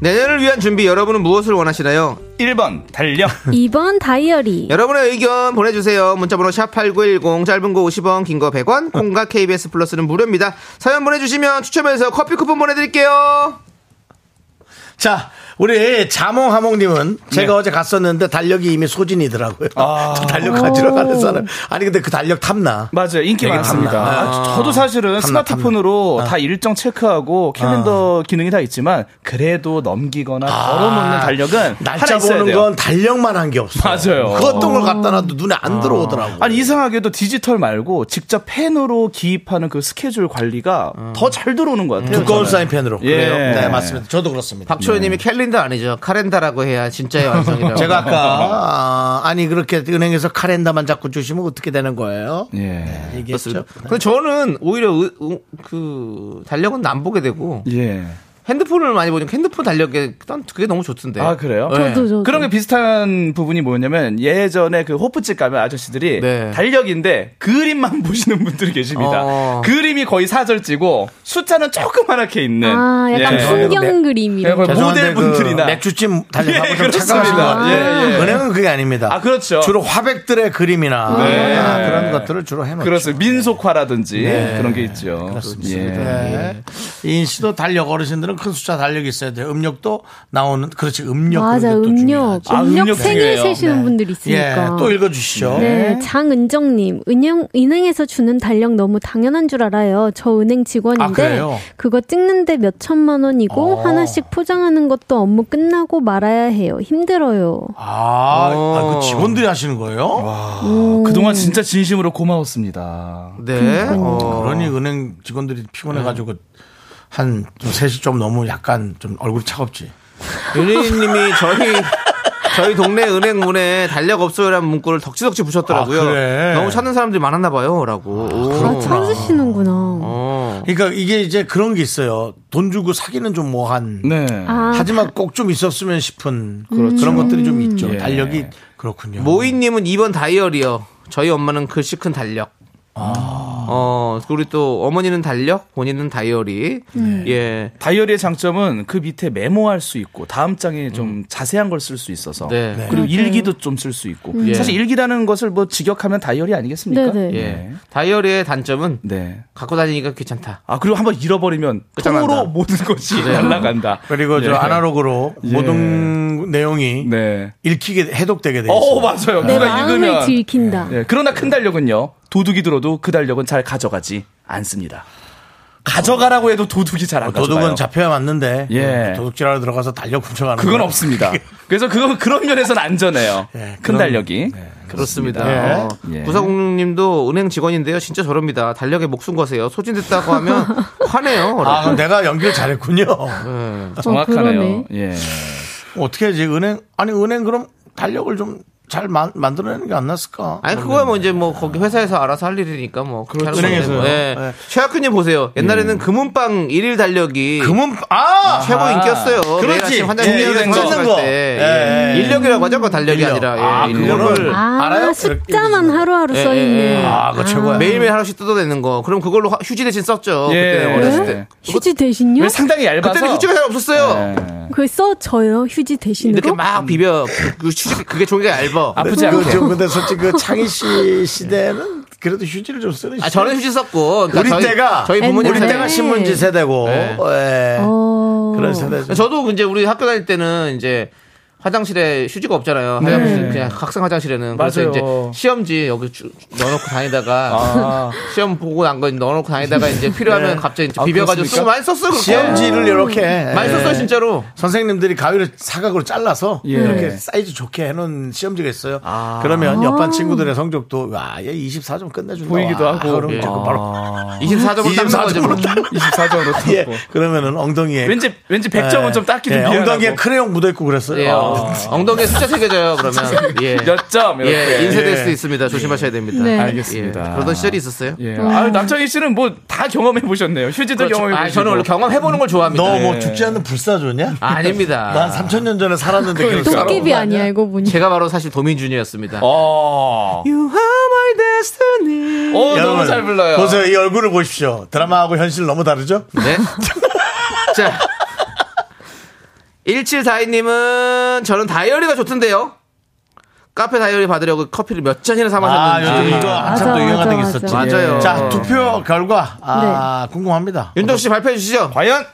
B: 내년을 위한 준비 여러분은 무엇을 원하시나요?
J: 1번 달력.
G: 2번 다이어리.
B: 여러분의 의견 보내주세요. 문자번호 샵8910 짧은 거 50원 긴 거 100원 콩과 KBS 플러스는 무료입니다. 사연 보내주시면 추첨해서 커피 쿠폰 보내드릴게요.
A: 자 우리 자몽하몽님은 제가 어제 갔었는데 달력이 이미 소진이더라고요. [LAUGHS] 저 달력 가지러 가는 사람 아니 근데 그 달력 탐나.
J: [LAUGHS] 맞아요. 인기
A: 되게
J: 많습니다.
A: 탐나.
J: 아, 저도 사실은
A: 탐나,
J: 스마트폰으로
A: 탐나. 아.
J: 다 일정 체크하고 캘린더 기능이 다 있지만 그래도 넘기거나 걸어놓는 달력은 하나
A: 아. 날짜
J: 있어야
A: 보는
J: 돼요.
A: 건 달력만 한 게 없어.
J: 맞아요.
A: 그것도 걸 갖다 놔도 눈에 안 들어오더라고.
J: 아니 이상하게도 디지털 말고 직접 펜으로 기입하는 그 스케줄 관리가 더 잘 들어오는 것
A: 음.
J: 같아요.
A: 두꺼운
J: 저는.
A: 사인펜으로.
J: 예.
A: 그래요? 네 맞습니다. 저도 그렇습니다. 음.
B: 박초연님이 캘린더 아니죠. 카렌다라고 해야 진짜의 완성이라고.
A: [LAUGHS] 제가 아까 아, 니 그렇게 은행에서 카렌다만 자꾸 주시면 어떻게 되는 거예요?
J: 예.
A: 얘기했죠.
B: 그렇습니다. 근데 저는 오히려 의- 의- 그 달력은 안 보게 되고
J: 예.
B: 핸드폰을 많이 보니까 핸드폰 달력에 난 그게 너무 좋던데.
A: 예.
J: 아 그래요?
G: 네. 저도, 저도.
J: 그런 게 비슷한 부분이 뭐냐면 예전에 그 호프집 가면 아저씨들이
B: 네.
J: 달력인데 그림만 [LAUGHS] 보시는 분들이 계십니다.
B: 어.
J: 그림이 거의 사절지고 숫자는 조그맣게 있는. 예.
G: 아, 약간 풍경 그림 이런 거.
A: 죄송한데
J: 모델분들이나
A: 그 맥주찜 달려가고
J: [LAUGHS] 예,
A: 좀 착각하시고
J: 그렇습니다. 예, 예.
A: 은행은 그게 아닙니다.
J: 아, 그렇죠.
A: 주로 화백들의 그림이나
J: 네.
A: 아, 그런 것들을 주로 해놓죠.
J: 그렇습니다. 민속화라든지 그런 게 있죠. 예. 그렇습니다.
A: 네. 이인 씨도 달력 어르신들은 큰 숫자 달력이 있어야 돼요. 음력도 나오는 그렇지 음력
G: 맞아,
A: 그런 것도
G: 음력.
A: 중요하죠. 네.
J: 아,
G: 음력
J: 음력
G: 생일
J: 중요해요.
G: 세시는 분들 있으니까.
A: 예, 또 읽어주시죠.
G: 네, 장은정님, 은행, 은행에서 주는 달력 너무 당연한 줄 알아요. 저 은행
A: 아,
G: 직원인데,
A: 그래요?
G: 그거 찍는데 몇 천만 원이고,
A: 어.
G: 하나씩 포장하는 것도 업무 끝나고 말아야 해요. 힘들어요.
A: 아, 아,
B: 어.
A: 그 직원들이 하시는 거예요?
J: 어.
D: 음.
J: 그동안 진짜 진심으로 고마웠습니다.
B: 네. 어.
A: 그러니 은행 직원들이 피곤해가지고 한좀 3시 좀 너무 약간 좀 얼굴이 차갑지.
B: 유리님이 저희 저희 동네 은행 문에 달력 없어요라는 문구를 덕지덕지 붙였더라고요.
A: 아, 그래.
B: 너무 찾는 사람들이 많았나 봐요라고.
G: 아, 찾으시는구나.
B: 어.
A: 그러니까 이게 이제 그런 게 있어요. 돈 주고 사기는 좀 뭐한.
J: 네.
G: 아,
A: 하지만 꼭 좀 있었으면 싶은 그런 것들이 좀 있죠.
J: 예.
A: 달력이 그렇군요.
B: 모이님은 2번 다이어리요. 저희 엄마는 글씨 큰 달력.
H: 그 어, 우리 또 어머니는 달력, 본인은 다이어리. 예.
J: 다이어리의 장점은 그 밑에 메모할 수 있고 다음 장에 좀 자세한 걸 쓸 수 있어서
H: 네.
J: 그리고 일기도 좀 쓸 수 있고
H: 예.
J: 사실 일기라는 것을 뭐 직역하면 다이어리 아니겠습니까?
D: 음. 네네.
H: 예.
J: 네.
H: 다이어리의 단점은
J: 네.
H: 갖고 다니기가 귀찮다.
J: 아 그리고 한번 잃어버리면
H: 끝장난다.
J: 통으로 모든 것이 날라간다.
A: 그리고
J: 예.
A: 저 아날로그로
J: 예.
A: 모든 내용이
J: 네.
A: 읽히게 해독되게 돼
J: 어
A: 있어요.
J: 맞아요.
D: 내
J: 누가
D: 마음을
J: 읽으면.
D: 들킨다.
J: 예. 그러나 큰 달력은요. 도둑이 들어도 그 달력은 잘 가져가지 않습니다. 가져가라고 해도 도둑이 잘 안 가져가요.
A: 도둑은 잡혀야 맞는데
J: 예.
A: 도둑질하러 들어가서 달력 훔쳐가는
J: 그건
H: 네.
A: 거.
H: [LAUGHS]
J: 없습니다. 그래서 그건 그런 면에서는 안전해요.
A: 예,
J: 큰
A: 그럼-
J: 달력이.
H: 네. 그렇습니다.
A: 예.
H: 어,
J: 예.
H: 구사공님도 은행 직원인데요. 진짜 저럽니다. 달력에 목숨 거세요. 소진됐다고 하면 [LAUGHS] 화내요.
A: 아, 그럼 내가 연기를 잘했군요.
H: 예.
D: 그러네.
J: 정확하네요. 예.
A: 어떻게 하지? 은행 아니 은행 그럼 달력을 좀 잘 만들어내는 게 안 났을까?
H: 아니 그거야 뭐 이제 뭐 거기 회사에서 알아서 할 일이니까 뭐 그렇게 하는 건데
A: 은행에서요.
H: 뭐, 예.
A: 네. 예.
H: 최학근님 보세요. 옛날에는 금은빵 일일 달력이
A: 금은 아
H: 최고 인기였어요.
A: 그렇지.
H: 매일 아침
A: 예,
H: 화장실에서
A: 이런 거.
H: 전화할
A: 거.
H: 때
A: 예, 예.
H: 예. 인력이라고 하죠. 그거 달력이 아니라 예, 인력.
A: 그거를
D: 아,
A: 알아요?
D: 숫자만 하루하루
H: 예,
D: 써
H: 예,
D: 있네.
H: 예.
A: 아, 그거 최고야.
H: 매일매일 하루씩 뜯어내는 거. 그럼 그걸로 화- 휴지 대신 썼죠. 그때
J: 예.
H: 어렸을
J: 네.
H: 때.
D: 휴지 대신요?
J: 왜 상당히 얇아서
H: 그때는
J: [LAUGHS]
H: 휴지가 잘
A: 네.
H: 없었어요.
J: 예.
D: 그걸 써줘요 휴지 대신으로?
H: 이렇게 막 비벼. 그- 그 휴지- 그게 종이가 얇아.
J: 아프지 않게.
A: 그, 저, 근데 솔직히 그 창희 씨 시대는 그래도 휴지를 좀 쓰는
H: 아,
A: 시대.
H: 저는 휴지 썼고. 그러니까
A: 우리
H: 저희-
A: 때가
H: 저희 부모님
A: 우리
D: 네.
A: 때가 신문지 세대고
H: 네. 아,
A: 예.
D: 어.
A: 그런 세대죠.
H: 저도 이제 우리 학교 다닐 때는 이제 화장실에 휴지가 없잖아요. 화장실 그냥 학생 화장실에는 그래서
J: 네. 맞아요.
H: 이제 시험지 여기 쭉 넣어놓고 다니다가
J: [LAUGHS] 아.
H: [LAUGHS] 시험 보고 난거 넣어놓고 다니다가 이제 필요하면 갑자기 이제
J: 아,
H: 비벼가지고
J: 그렇습니까? 네.
H: 쓰고 많이 썼어요. 그거.
A: 시험지를 이렇게
H: 아.
A: 예.
H: 많이 썼어요 진짜로.
A: 선생님들이 가위를 사각으로 잘라서
J: 예. 아.
A: 이렇게 사이즈 좋게 해놓은 시험지가 있어요. 그러면
D: 아.
A: 옆반 친구들의 성적도 와얘 24점 끝내준다.
J: 보이기도
A: 와,
J: 하고.
A: 그럼
J: 예.
A: 이제 그 바로 [LAUGHS]
H: 24점으로 닦는 거죠.
A: 24점으로
H: 뭐. [LAUGHS]
J: 24점으로 탔고.
A: 예. 그러면은 엉덩이에
J: 뭐. 왠지 왠지
H: 네.
J: 100점은 좀 닦기 좀
A: 예,
J: 미안하고.
A: 엉덩이에 크레용 묻어 있고 그랬어요.
H: 예,
A: 아.
H: 어. 엉덩이에 숫자 새겨져요
J: [LAUGHS]
H: 그러면. 예.
J: 몇 점? 이렇게.
H: 예, 인쇄될
A: 예.
H: 수도 있습니다. 조심하셔야 됩니다.
D: 네.
J: 알겠습니다.
H: 예, 그러던 시절이 있었어요.
J: 예. 아, 남창희 씨는 뭐 다 경험해 보셨네요. 휴지도
H: 그렇죠.
J: 경험해
H: 아,
J: 보시고.
H: 저는 원래 경험해보는 걸 좋아합니다.
A: 너 뭐
J: 예.
A: 죽지 않는 불사조냐?
H: 아, 닙니다
A: 난 3천년 전에 살았는데 그렇게
J: 그러니까.
A: 살아온
D: 도깨비
A: 거
D: 아니야 이거 보니.
H: 제가 바로 사실 도민준이었습니다.
J: 어.
H: You are my destiny.
J: 어, 너무 잘 불러요.
A: 보세요. 이 얼굴을 보십시오. 드라마하고 현실 너무 다르죠? [LAUGHS]
H: 네. 자. 1742님은 저는 다이어리가 좋던데요. 카페 다이어리
B: 그
H: 받으려고 커피를 몇 잔이나 사
A: 아,
H: 마셨는지.
B: 네.
A: 요즘 이거 한참 또
D: 맞아,
A: 유행하던 게
D: 맞아,
A: 있었지.
H: 맞아. 맞아요.
A: 자, 투표 결과. 아, 궁금합니다.
H: 윤정 씨 발표해 주시죠.
J: 과연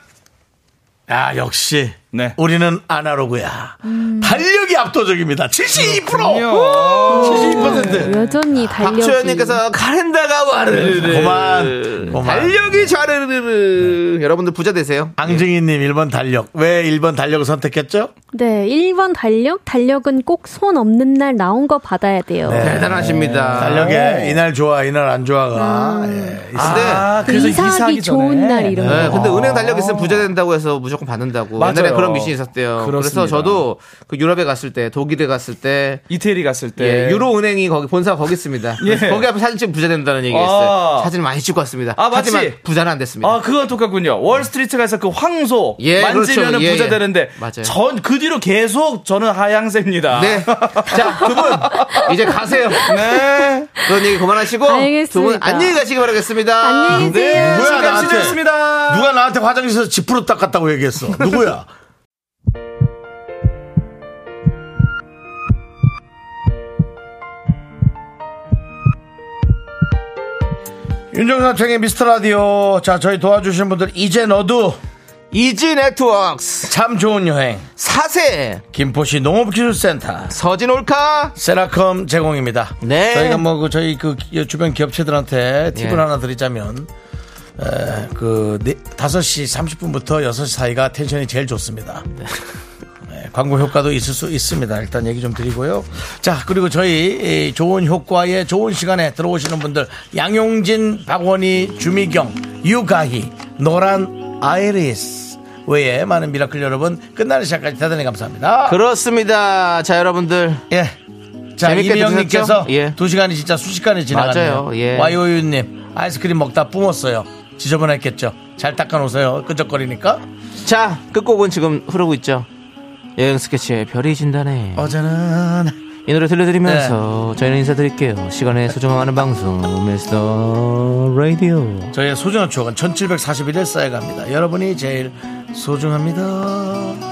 A: 아, 역시.
J: 네.
A: 우리는 아날로그야. 달력이 압도적입니다. 72%!
D: 오,
A: 72%!
D: 여전히 달력.
H: 박주현님께서 가랜다가
B: 네.
H: 와르르.
A: 고만, 고만.
H: 달력이 좌르르르.
J: 네.
H: 여러분들 부자 되세요.
A: 앙증이님 1번 달력. 왜 1번 달력을 선택했죠?
D: 네, 1번 달력. 달력은 꼭 손 없는 날 나온 거 받아야 돼요.
J: 네.
H: 대단하십니다.
A: 달력에 이날 좋아, 이날 안 좋아가. 예,
H: 아, 네.
J: 그래서
D: 이사하기
J: 이사하기
D: 좋은
J: 전에.
D: 날 이런 거.
H: 네, 근데 은행 달력 있으면 부자 된다고 해서 무조건 받는다고
J: 아. 맞아요.
H: 옛날에 그런 미신이 있었대요. 그래서
J: 그렇습니다.
H: 저도 그 유럽에 갔을 때 독일에 갔을 때
J: 이태리 갔을 때
H: 예, 유로은행이 거기 본사 거기 있습니다.
J: 네. [LAUGHS] 예.
H: 거기 앞에 사진 찍으면 부자 된다는 얘기
J: 아.
H: 했어요. 사진 많이 찍고 왔습니다.
J: 아, 맞지?
H: 하지만 부자는 안 됐습니다.
J: 아, 그거 똑같군요. 월스트리트 가서 그 황소
H: 예,
J: 만지면 은
H: 그렇죠. 예,
J: 부자
H: 예.
J: 되는데
H: 맞아요.
J: 전 그 뒤로 계속 저는 하향세입니다.
H: 네. 자, 두 분 이제 가세요.
J: 그- 네.
H: 그런 얘기 그만하시고
D: 알겠습니다.
H: 두 분 안녕히 가시기 바라겠습니다.
D: 안녕히 계세요.
A: 뭐야,
J: 시간
A: 나한테.
J: 시작했습니다.
A: 누가 나한테 화장실에서 지프로 닦았다고 얘기했어. 누구야? [LAUGHS] 윤정삼청의 미스터 라디오. 자, 저희 도와주신 분들, 이제 너도
H: 이지 네트워크스
A: 참 좋은 여행.
H: 사세
A: 김포시 농업기술센터.
H: 서진 올카
A: 세라컴 제공입니다.
H: 네.
A: 저희가 뭐 그 저희 그 기- 주변 기업체들한테 팁을
H: 예.
A: 하나 드리자면 에, 그 네- 5시 30분부터 6시 사이가 텐션이 제일 좋습니다.
H: 네.
A: 예, 광고 효과도 있을 수 있습니다. 일단 얘기 좀 드리고요. 자, 그리고 저희 이 좋은 효과에 좋은 시간에 들어오시는 분들 양용진, 박원희, 주미경, 유가희, 노란 아이리스 외에 많은 미라클 여러분 끝나는 시간까지 대단히 감사합니다.
H: 그렇습니다. 자, 여러분들
A: 예. 자,
H: 재밌게
A: 이미영님께서
H: 드셨죠? 예.
A: 두 시간이 진짜 순식간에 지나갔네요.
H: 맞아요. 예.
A: 와이오유님 아이스크림 먹다 뿜었어요. 지저분했겠죠. 잘 닦아 놓으세요. 끈적거리니까.
H: 자, 끝곡은 지금 흐르고 있죠. 여행 스케치의 별이 진다네.
A: 어제는
H: 이 노래
J: 네.
H: 들려드리면서 저희는 인사드릴게요. 시간에 소중한 방송 미스터 라디오.
A: 저희의 소중한 추억은 1741일 쌓여갑니다. 여러분이 제일 소중합니다.